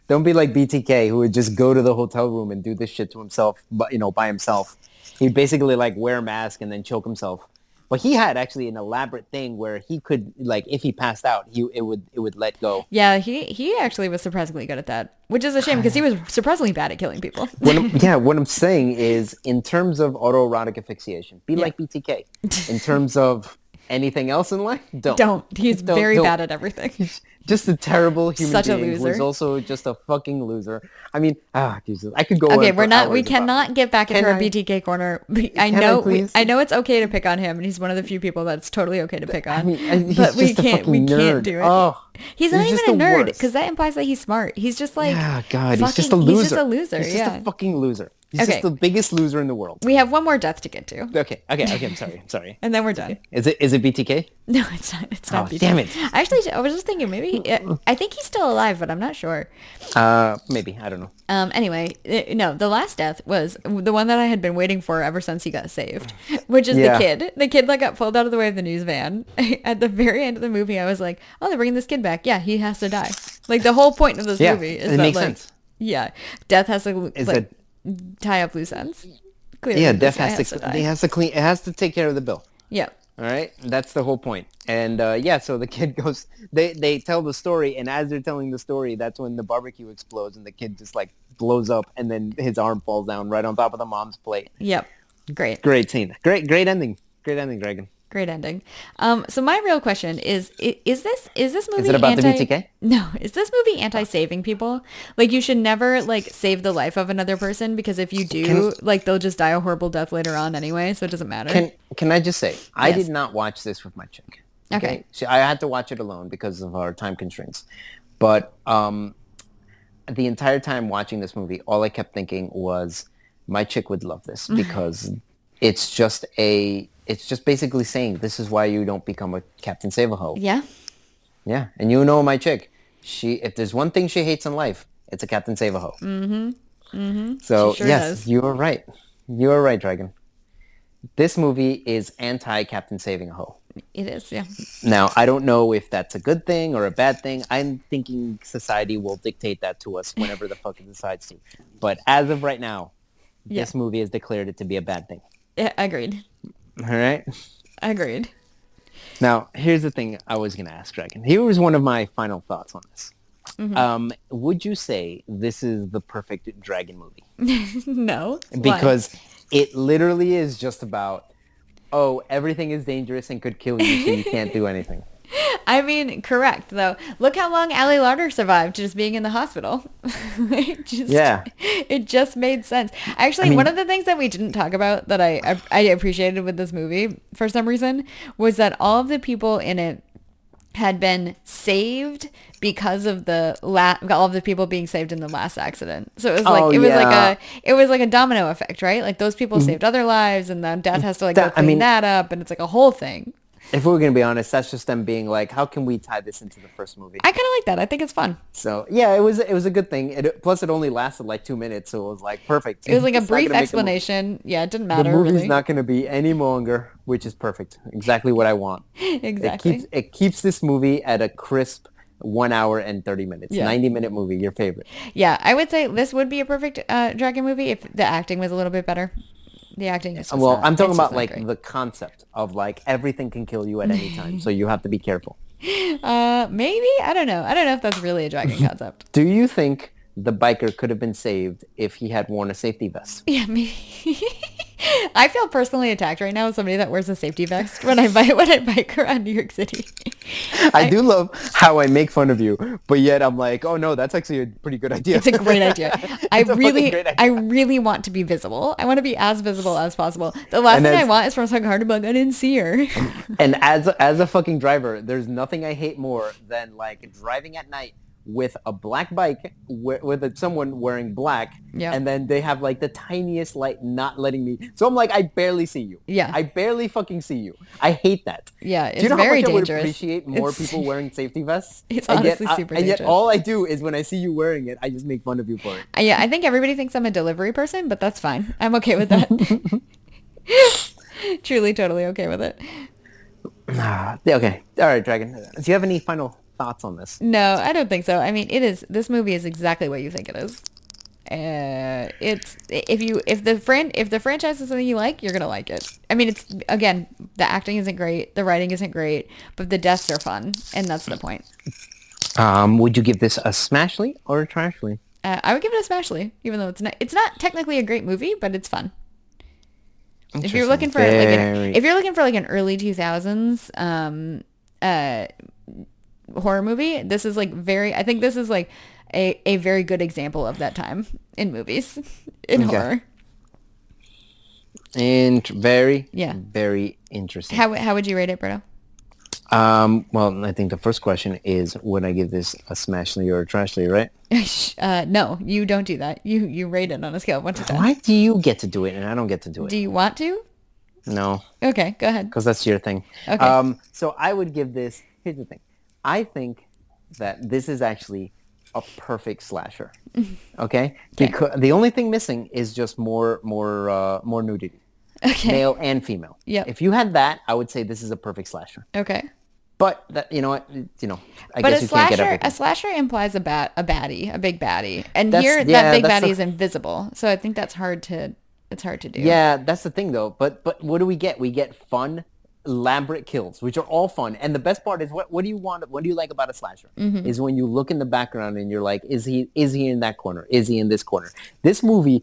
S2: Don't be like BTK who would just go to the hotel room and do this shit to himself, but you know, by himself. He'd basically like wear a mask and then choke himself. But he had actually an elaborate thing where he could like if he passed out, he it would it would let go.
S1: yeah. He he actually was surprisingly good at that, which is a shame because he was surprisingly bad at killing people.
S2: What I'm, yeah, what I'm saying is in terms of autoerotic asphyxiation, be like BTK. In terms of anything else in life, don't.
S1: Don't. He's
S2: Don't-
S1: very
S2: don't.
S1: bad at everything.
S2: Just a terrible human
S1: Such a
S2: being who's
S1: loser.
S2: also just a fucking loser. I I mean, ah, Jesus, I could go.
S1: Okay,
S2: on
S1: we're
S2: for
S1: not. We
S2: hours about
S1: cannot get back into
S2: Can
S1: our
S2: I-
S1: BTK corner. We- I
S2: Can I
S1: know. we,
S2: please?
S1: I know it's okay to pick on him, and he's one of the few people that's totally okay to pick on.
S2: mean, and he's
S1: but we
S2: just a
S1: can't. We
S2: fucking
S1: can't
S2: nerd. Oh,
S1: do it.
S2: Ugh,
S1: he's not
S2: he's just
S1: even a
S2: the
S1: nerd
S2: worst.
S1: because that implies that he's smart. He's just like
S2: Yeah, God, he's just a
S1: fucking-
S2: loser.
S1: He's just a loser.
S2: He's
S1: yeah.
S2: just a fucking loser. He's
S1: Okay.
S2: just the biggest loser in the world.
S1: we have one more death to get to,
S2: Okay, okay, okay. I'm sorry. I'm sorry.
S1: and then we're done.
S2: Is it is it BTK?
S1: No, it's not. It's not.
S2: Oh,
S1: BTK.
S2: damn it.
S1: I actually, I was just thinking maybe uh, I think he's still alive, but I'm not sure.
S2: Uh, maybe I don't know.
S1: Um, anyway, eh, no, the last death was the one that I had been waiting for ever since he got saved, which is the
S2: Yeah.
S1: kid. The kid that got pulled out of the way of the news van. At the very end of the movie, I was like, oh, they're bringing this kid back. Yeah, he has to die. Like the whole point of this
S2: Yeah,
S1: movie is
S2: it
S1: that
S2: makes
S1: like,
S2: sense.
S1: yeah, death has to
S2: Is
S1: like, tie up loose ends. Clearly,
S2: Yeah,
S1: this
S2: Def
S1: guy
S2: has to.
S1: die.
S2: He has to clean. It has to take care of the bill.
S1: yeah.
S2: All right, that's the whole point. And uh, yeah, so the kid goes. They they tell the story, and as they're telling the story, that's when the barbecue explodes, and the kid just like blows up, and then his arm falls down right on top of the mom's plate.
S1: Yep. Great.
S2: Great scene. Great great ending. Great ending, Dragon.
S1: Great ending. Um, so my real question is: i- Is this is this movie?
S2: it about the
S1: anti-
S2: BTK?
S1: No, is this movie anti-saving people? Like you should never like save the life of another person because if you do,
S2: Can-
S1: like they'll just die a horrible death later on anyway, so it doesn't matter.
S2: Can can I just say I
S1: Yes.
S2: did not watch this with my chick.
S1: Okay.
S2: She, I had to watch it alone because of our time constraints. But um, the entire time watching this movie, all I kept thinking was my chick would love this because it's just a it's just basically saying this is why you don't become a Captain Save-A-Ho.
S1: yeah,
S2: Yeah, and you know my chick. She if there's one thing she hates in life, it's a Captain Save-A-Ho. Mm-hmm. Mm-hmm. So
S1: She sure
S2: yes,
S1: does.
S2: you are right. You are right, Dragon. This movie is anti Captain Saving a Ho.
S1: It is, yeah.
S2: Now, I don't know if that's a good thing or a bad thing. I'm thinking society will dictate that to us whenever the fuck it decides to. But as of right now,
S1: Yeah.
S2: this movie has declared it to be a bad thing.
S1: yeah agreed.
S2: All right.
S1: Agreed.
S2: Now, here's the thing I was going to ask Dragon. Here was one of my final thoughts on this.
S1: Mm-hmm.
S2: Um, would you say this is the perfect Dragon movie?
S1: no. Why?
S2: Because it literally is just about, oh, everything is dangerous and could kill you, so you can't do anything.
S1: I mean, correct though. Look how long Allie Larder survived just being in the hospital. it just,
S2: Yeah.
S1: it just made sense. Actually, one of the things that we didn't talk about that I, I I appreciated with this movie for some reason was that all of the people in it had been saved because of the la- all of the people being saved in the last accident. So it was like
S2: Oh,
S1: it was
S2: yeah. Mm-hmm.
S1: like a it was like a domino effect, right? Like those people saved other lives, and then death has to like go
S2: That- I
S1: clean
S2: mean-
S1: that up, and it's like a whole thing.
S2: If we're going to be honest, that's just them being like, how can we tie this into the first movie?
S1: I kind of like that. I think it's fun.
S2: So yeah, it was it was a good thing. It, plus, it only lasted like two minutes, so it was like perfect.
S1: It was like a
S2: It's not
S1: brief
S2: gonna make a mo-
S1: explanation. yeah, it didn't
S2: The
S1: matter.
S2: movie's
S1: really.
S2: not going to be any longer, which is perfect. Exactly what I want.
S1: Exactly.
S2: It keeps it keeps this movie at a crisp one hour and thirty minutes.
S1: Yeah.
S2: Ninety minute movie, your favorite.
S1: yeah, I would say this would be a perfect uh, dragon movie if the acting was a little bit better. The acting is just
S2: Uh, well,
S1: not-
S2: I'm talking
S1: it's just
S2: about
S1: not
S2: like
S1: great.
S2: the concept of like everything can kill you at any time, so you have to be careful.
S1: uh, maybe I don't know. I don't know if that's really a dragon concept.
S2: Do you think the biker could have been saved if he had worn a safety vest?
S1: Yeah, maybe. I feel personally attacked right now as somebody that wears a safety vest when I bike when I bike around New York City.
S2: I do love how I make fun of you, but yet I'm like, oh no, that's actually a pretty good idea.
S1: It's a great idea. I
S2: It's a fucking
S1: really,
S2: great
S1: I really want to be visible. I want to be as visible as possible. The last
S2: And Um,
S1: thing I
S2: that's-
S1: want is for some hard to be like, I didn't see her.
S2: and as as a fucking driver, there's nothing I hate more than like driving at night with a black bike wi- with a, someone wearing black,
S1: Yeah.
S2: and then they have like the tiniest light not letting me. So I'm like, I barely see you.
S1: Yeah.
S2: I barely fucking see you. I hate that.
S1: Yeah,
S2: do you
S1: it's
S2: know
S1: very
S2: how much I
S1: dangerous.
S2: would appreciate more
S1: It's-
S2: people wearing safety vests?
S1: It's
S2: And yet
S1: honestly
S2: I- uh,
S1: super
S2: And yet,
S1: dangerous.
S2: all I do is when I see you wearing it, I just make fun of you for it.
S1: Uh, Yeah, I think everybody thinks I'm a delivery person, but that's fine. I'm okay with that. Truly, totally okay with it.
S2: Ah, okay. All right, Dragon. Do you have any final thoughts on this?
S1: No, I don't think so. I mean, it is. This movie is exactly what you think it is. Uh, it's if you if the friend if the franchise is something you like, you're gonna like it. I mean, it's again the acting isn't great, the writing isn't great, but the deaths are fun, and that's the point.
S2: Um, would you give this a smashly or a trashly?
S1: Uh, I would give it a smashly, even though it's not it's not technically a great movie, but it's fun. if you're
S2: Interesting.
S1: looking for like an,
S2: Very-
S1: if you're looking for like an early 2000s um uh horror movie this is like very i think this is like a, a very good example of that time in movies in
S2: Okay.
S1: horror
S2: And very,
S1: Yeah.
S2: very interesting.
S1: how, how would you rate it Brito?
S2: um, well, I think the first question is, would I give this a smashly or a trashly, right?
S1: uh no you don't do that you you rate it on a scale of one to ten
S2: Why do you get to do it and I don't get to do it?
S1: do you want to
S2: no,
S1: okay go ahead
S2: because that's your thing.
S1: Okay.
S2: Um, so I would give this, here's the thing. I think that this is actually a perfect slasher. Okay? Because the only thing missing is just more, more, uh, more nudity.
S1: okay
S2: Male and female.
S1: Yep.
S2: If you had that, I would say this is a perfect slasher.
S1: okay
S2: But that, you know what, you know, I
S1: but
S2: guess
S1: a
S2: you can't get
S1: slasher
S2: everything.
S1: a slasher implies a bat a baddie a big baddie and
S2: That's-
S1: here that
S2: yeah,
S1: big
S2: that's
S1: baddie
S2: the-
S1: is invisible so i think that's hard to it's hard to do
S2: Yeah, that's the thing though. But but what do we get? We get fun, elaborate kills, which are all fun. And the best part is what what do you want? What do you like about a slasher? Is when you look in the background and you're like, is he is he in that corner? Is he in this corner? This movie,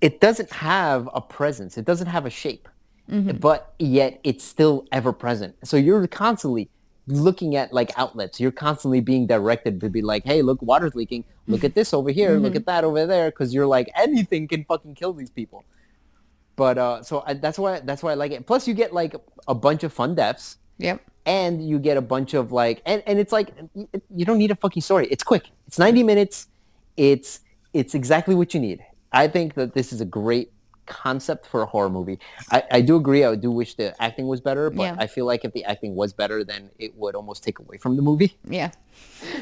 S2: it doesn't have a presence. It doesn't have a shape, but yet it's still ever present. So you're constantly looking at like outlets you're constantly being directed to be like hey look water's leaking look at this over here look at that over there because you're like anything can fucking kill these people but uh, so I, that's why that's why I like it. Plus, you get like a bunch of fun deaths,
S1: yep
S2: and you get a bunch of like, and, and it's like y- you don't need a fucking story. It's quick. It's ninety minutes. It's it's exactly what you need. I think that this is a great concept for a horror movie. I, I do agree. I do wish the acting was better, but
S1: Yeah.
S2: I feel like if the acting was better, then it would almost take away from the movie
S1: yeah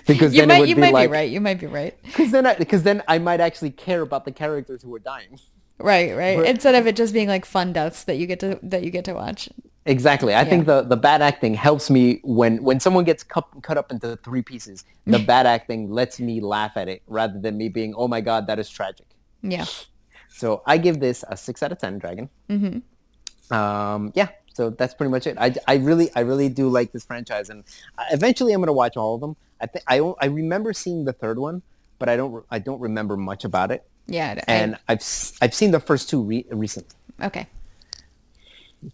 S2: because
S1: you
S2: then it
S1: might
S2: would
S1: you
S2: be
S1: might
S2: like
S1: be right. You might be right.
S2: because then because then I might actually care about the characters who are dying.
S1: Right, right.
S2: But-
S1: Instead of it just being like fun deaths that you get to that you get to watch.
S2: Exactly. I think the, the bad acting helps me when, when someone gets cut, cut up into three pieces. The bad acting lets me laugh at it rather than me being, oh my God, that is tragic.
S1: Yeah.
S2: So I give this a six out of 10 dragon. Mm-hmm. Um, yeah. So that's pretty much it. I, I really, I really do like this franchise and I- eventually I'm going to watch all of them. I think I, o- I remember seeing the third one, but I don't, re- I don't remember much about it.
S1: Yeah. I-
S2: And I've, s- I've seen the first two re- recently,
S1: okay.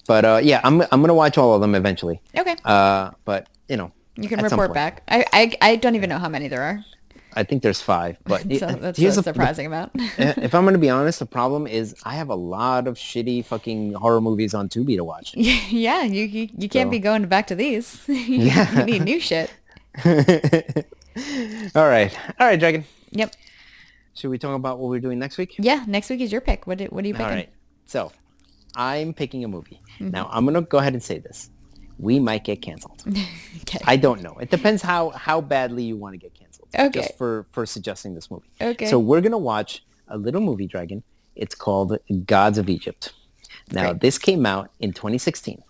S2: but, uh, yeah, I'm, I'm going to watch all of them eventually.
S1: Okay.
S2: Uh, but you know,
S1: you can
S2: at some
S1: report
S2: point.
S1: back. I, I I don't even know how many there are.
S2: I think there's five, but
S1: So
S2: it-
S1: that's
S2: here's
S1: a
S2: the-
S1: surprising amount.
S2: the- if I'm going to be honest, the problem is I have a lot of shitty fucking horror movies on Tubi to watch.
S1: yeah, you you, you can't be going back to these.
S2: Yeah.
S1: you need new shit.
S2: All right. All right, Dragon.
S1: Yep.
S2: Should we talk about what we're doing next week?
S1: Yeah. Next week is your pick. What do, what are you
S2: All
S1: picking?
S2: right. So I'm picking a movie.
S1: Mm-hmm.
S2: Now I'm going to go ahead and say this. We might get canceled.
S1: Okay.
S2: I don't know. It depends how, how badly you want to get canceled.
S1: Okay.
S2: Just for, for suggesting this movie.
S1: Okay.
S2: So we're going to watch a little movie, Dragon. It's called Gods of Egypt. Now,
S1: Great.
S2: this came out in 2016.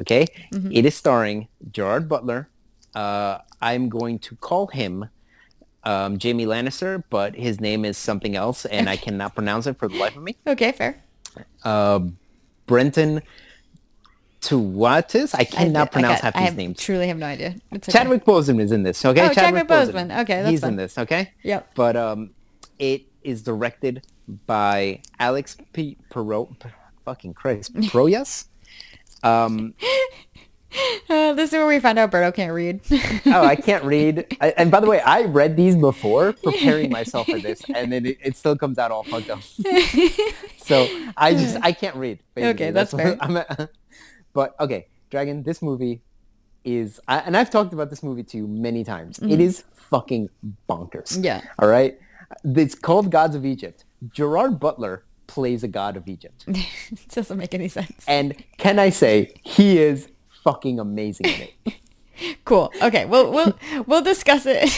S2: Okay.
S1: Mm-hmm.
S2: It is starring Gerard Butler. Uh, I'm going to call him um, Jamie Lannister, but his name is something else, and I cannot pronounce it for the life of me.
S1: Okay. Fair.
S2: Brenton Tuatis. I
S1: I- I
S2: cannot pronounce
S1: got-
S2: half
S1: I
S2: these
S1: have-
S2: names.
S1: Truly have no idea. It's okay.
S2: Chadwick Boseman is in this. Okay,
S1: Oh, Chadwick Boseman. Okay, that's
S2: he's
S1: fine.
S2: in this. Okay.
S1: Yep.
S2: But um, it is directed by Alex P. Perot. Fucking Christ, Proyas. Um,
S1: Uh, this is where we find out Berto can't read.
S2: oh, I can't read. I, and by the way, I read these before preparing myself for this, and then it, it still comes out all fucked up. so I just I can't read.
S1: Okay, that's
S2: what
S1: fair.
S2: I'm at. But okay, Dragon. This movie is, I, and I've talked about this movie to you many times. It is fucking bonkers.
S1: Mm-hmm. Yeah.
S2: All right. It's called Gods of Egypt. Gerard Butler plays a god of Egypt.
S1: it doesn't make any sense.
S2: And can I say, he is fucking amazing in it.
S1: Cool. Okay. We'll we'll we'll discuss it.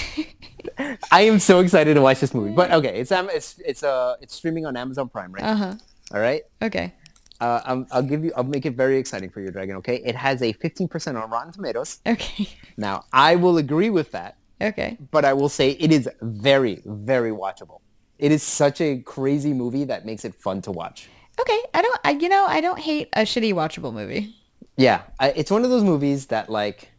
S2: I am so excited to watch this movie. But okay, it's um, it's it's uh, it's streaming on Amazon Prime, right?
S1: Uh-huh.
S2: All right.
S1: okay.
S2: Uh, I'm, I'll give you. I'll make it very exciting for you, Dragon. Okay. It has a 15% on Rotten Tomatoes.
S1: Okay.
S2: Now, I will agree with that,
S1: Okay.
S2: but I will say it is very, very watchable. It is such a crazy movie that makes it fun to watch.
S1: Okay. I don't. I, you know, I don't hate a shitty watchable movie.
S2: Yeah, I, it's one of those movies that like,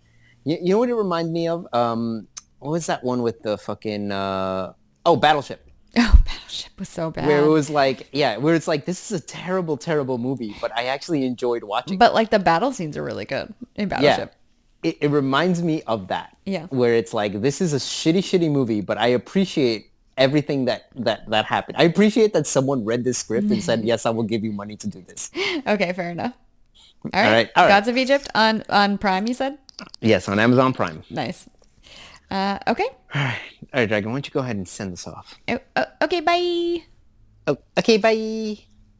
S2: you, you know what it reminded me of? Um, what was that one with the fucking uh, oh Battleship?
S1: Oh, Battleship was so bad.
S2: where it was like, yeah, where it's like, this is a terrible, terrible movie, but I actually enjoyed watching.
S1: but like the battle scenes are really good in
S2: yeah,
S1: Battleship.
S2: it, it reminds me of that.
S1: Yeah.
S2: where it's like, this is a shitty, shitty movie, but I appreciate everything that that that happened. I appreciate that someone read this script and said, yes, I will give you money to do this.
S1: Okay. Fair enough. All right.
S2: right, all right.
S1: Gods of Egypt on on Prime. You said
S2: Yes, on Amazon Prime.
S1: nice. Uh, okay.
S2: All right, Dragon, why don't you go ahead and send this off?
S1: Oh, oh, okay. Bye.
S2: Oh, okay, bye.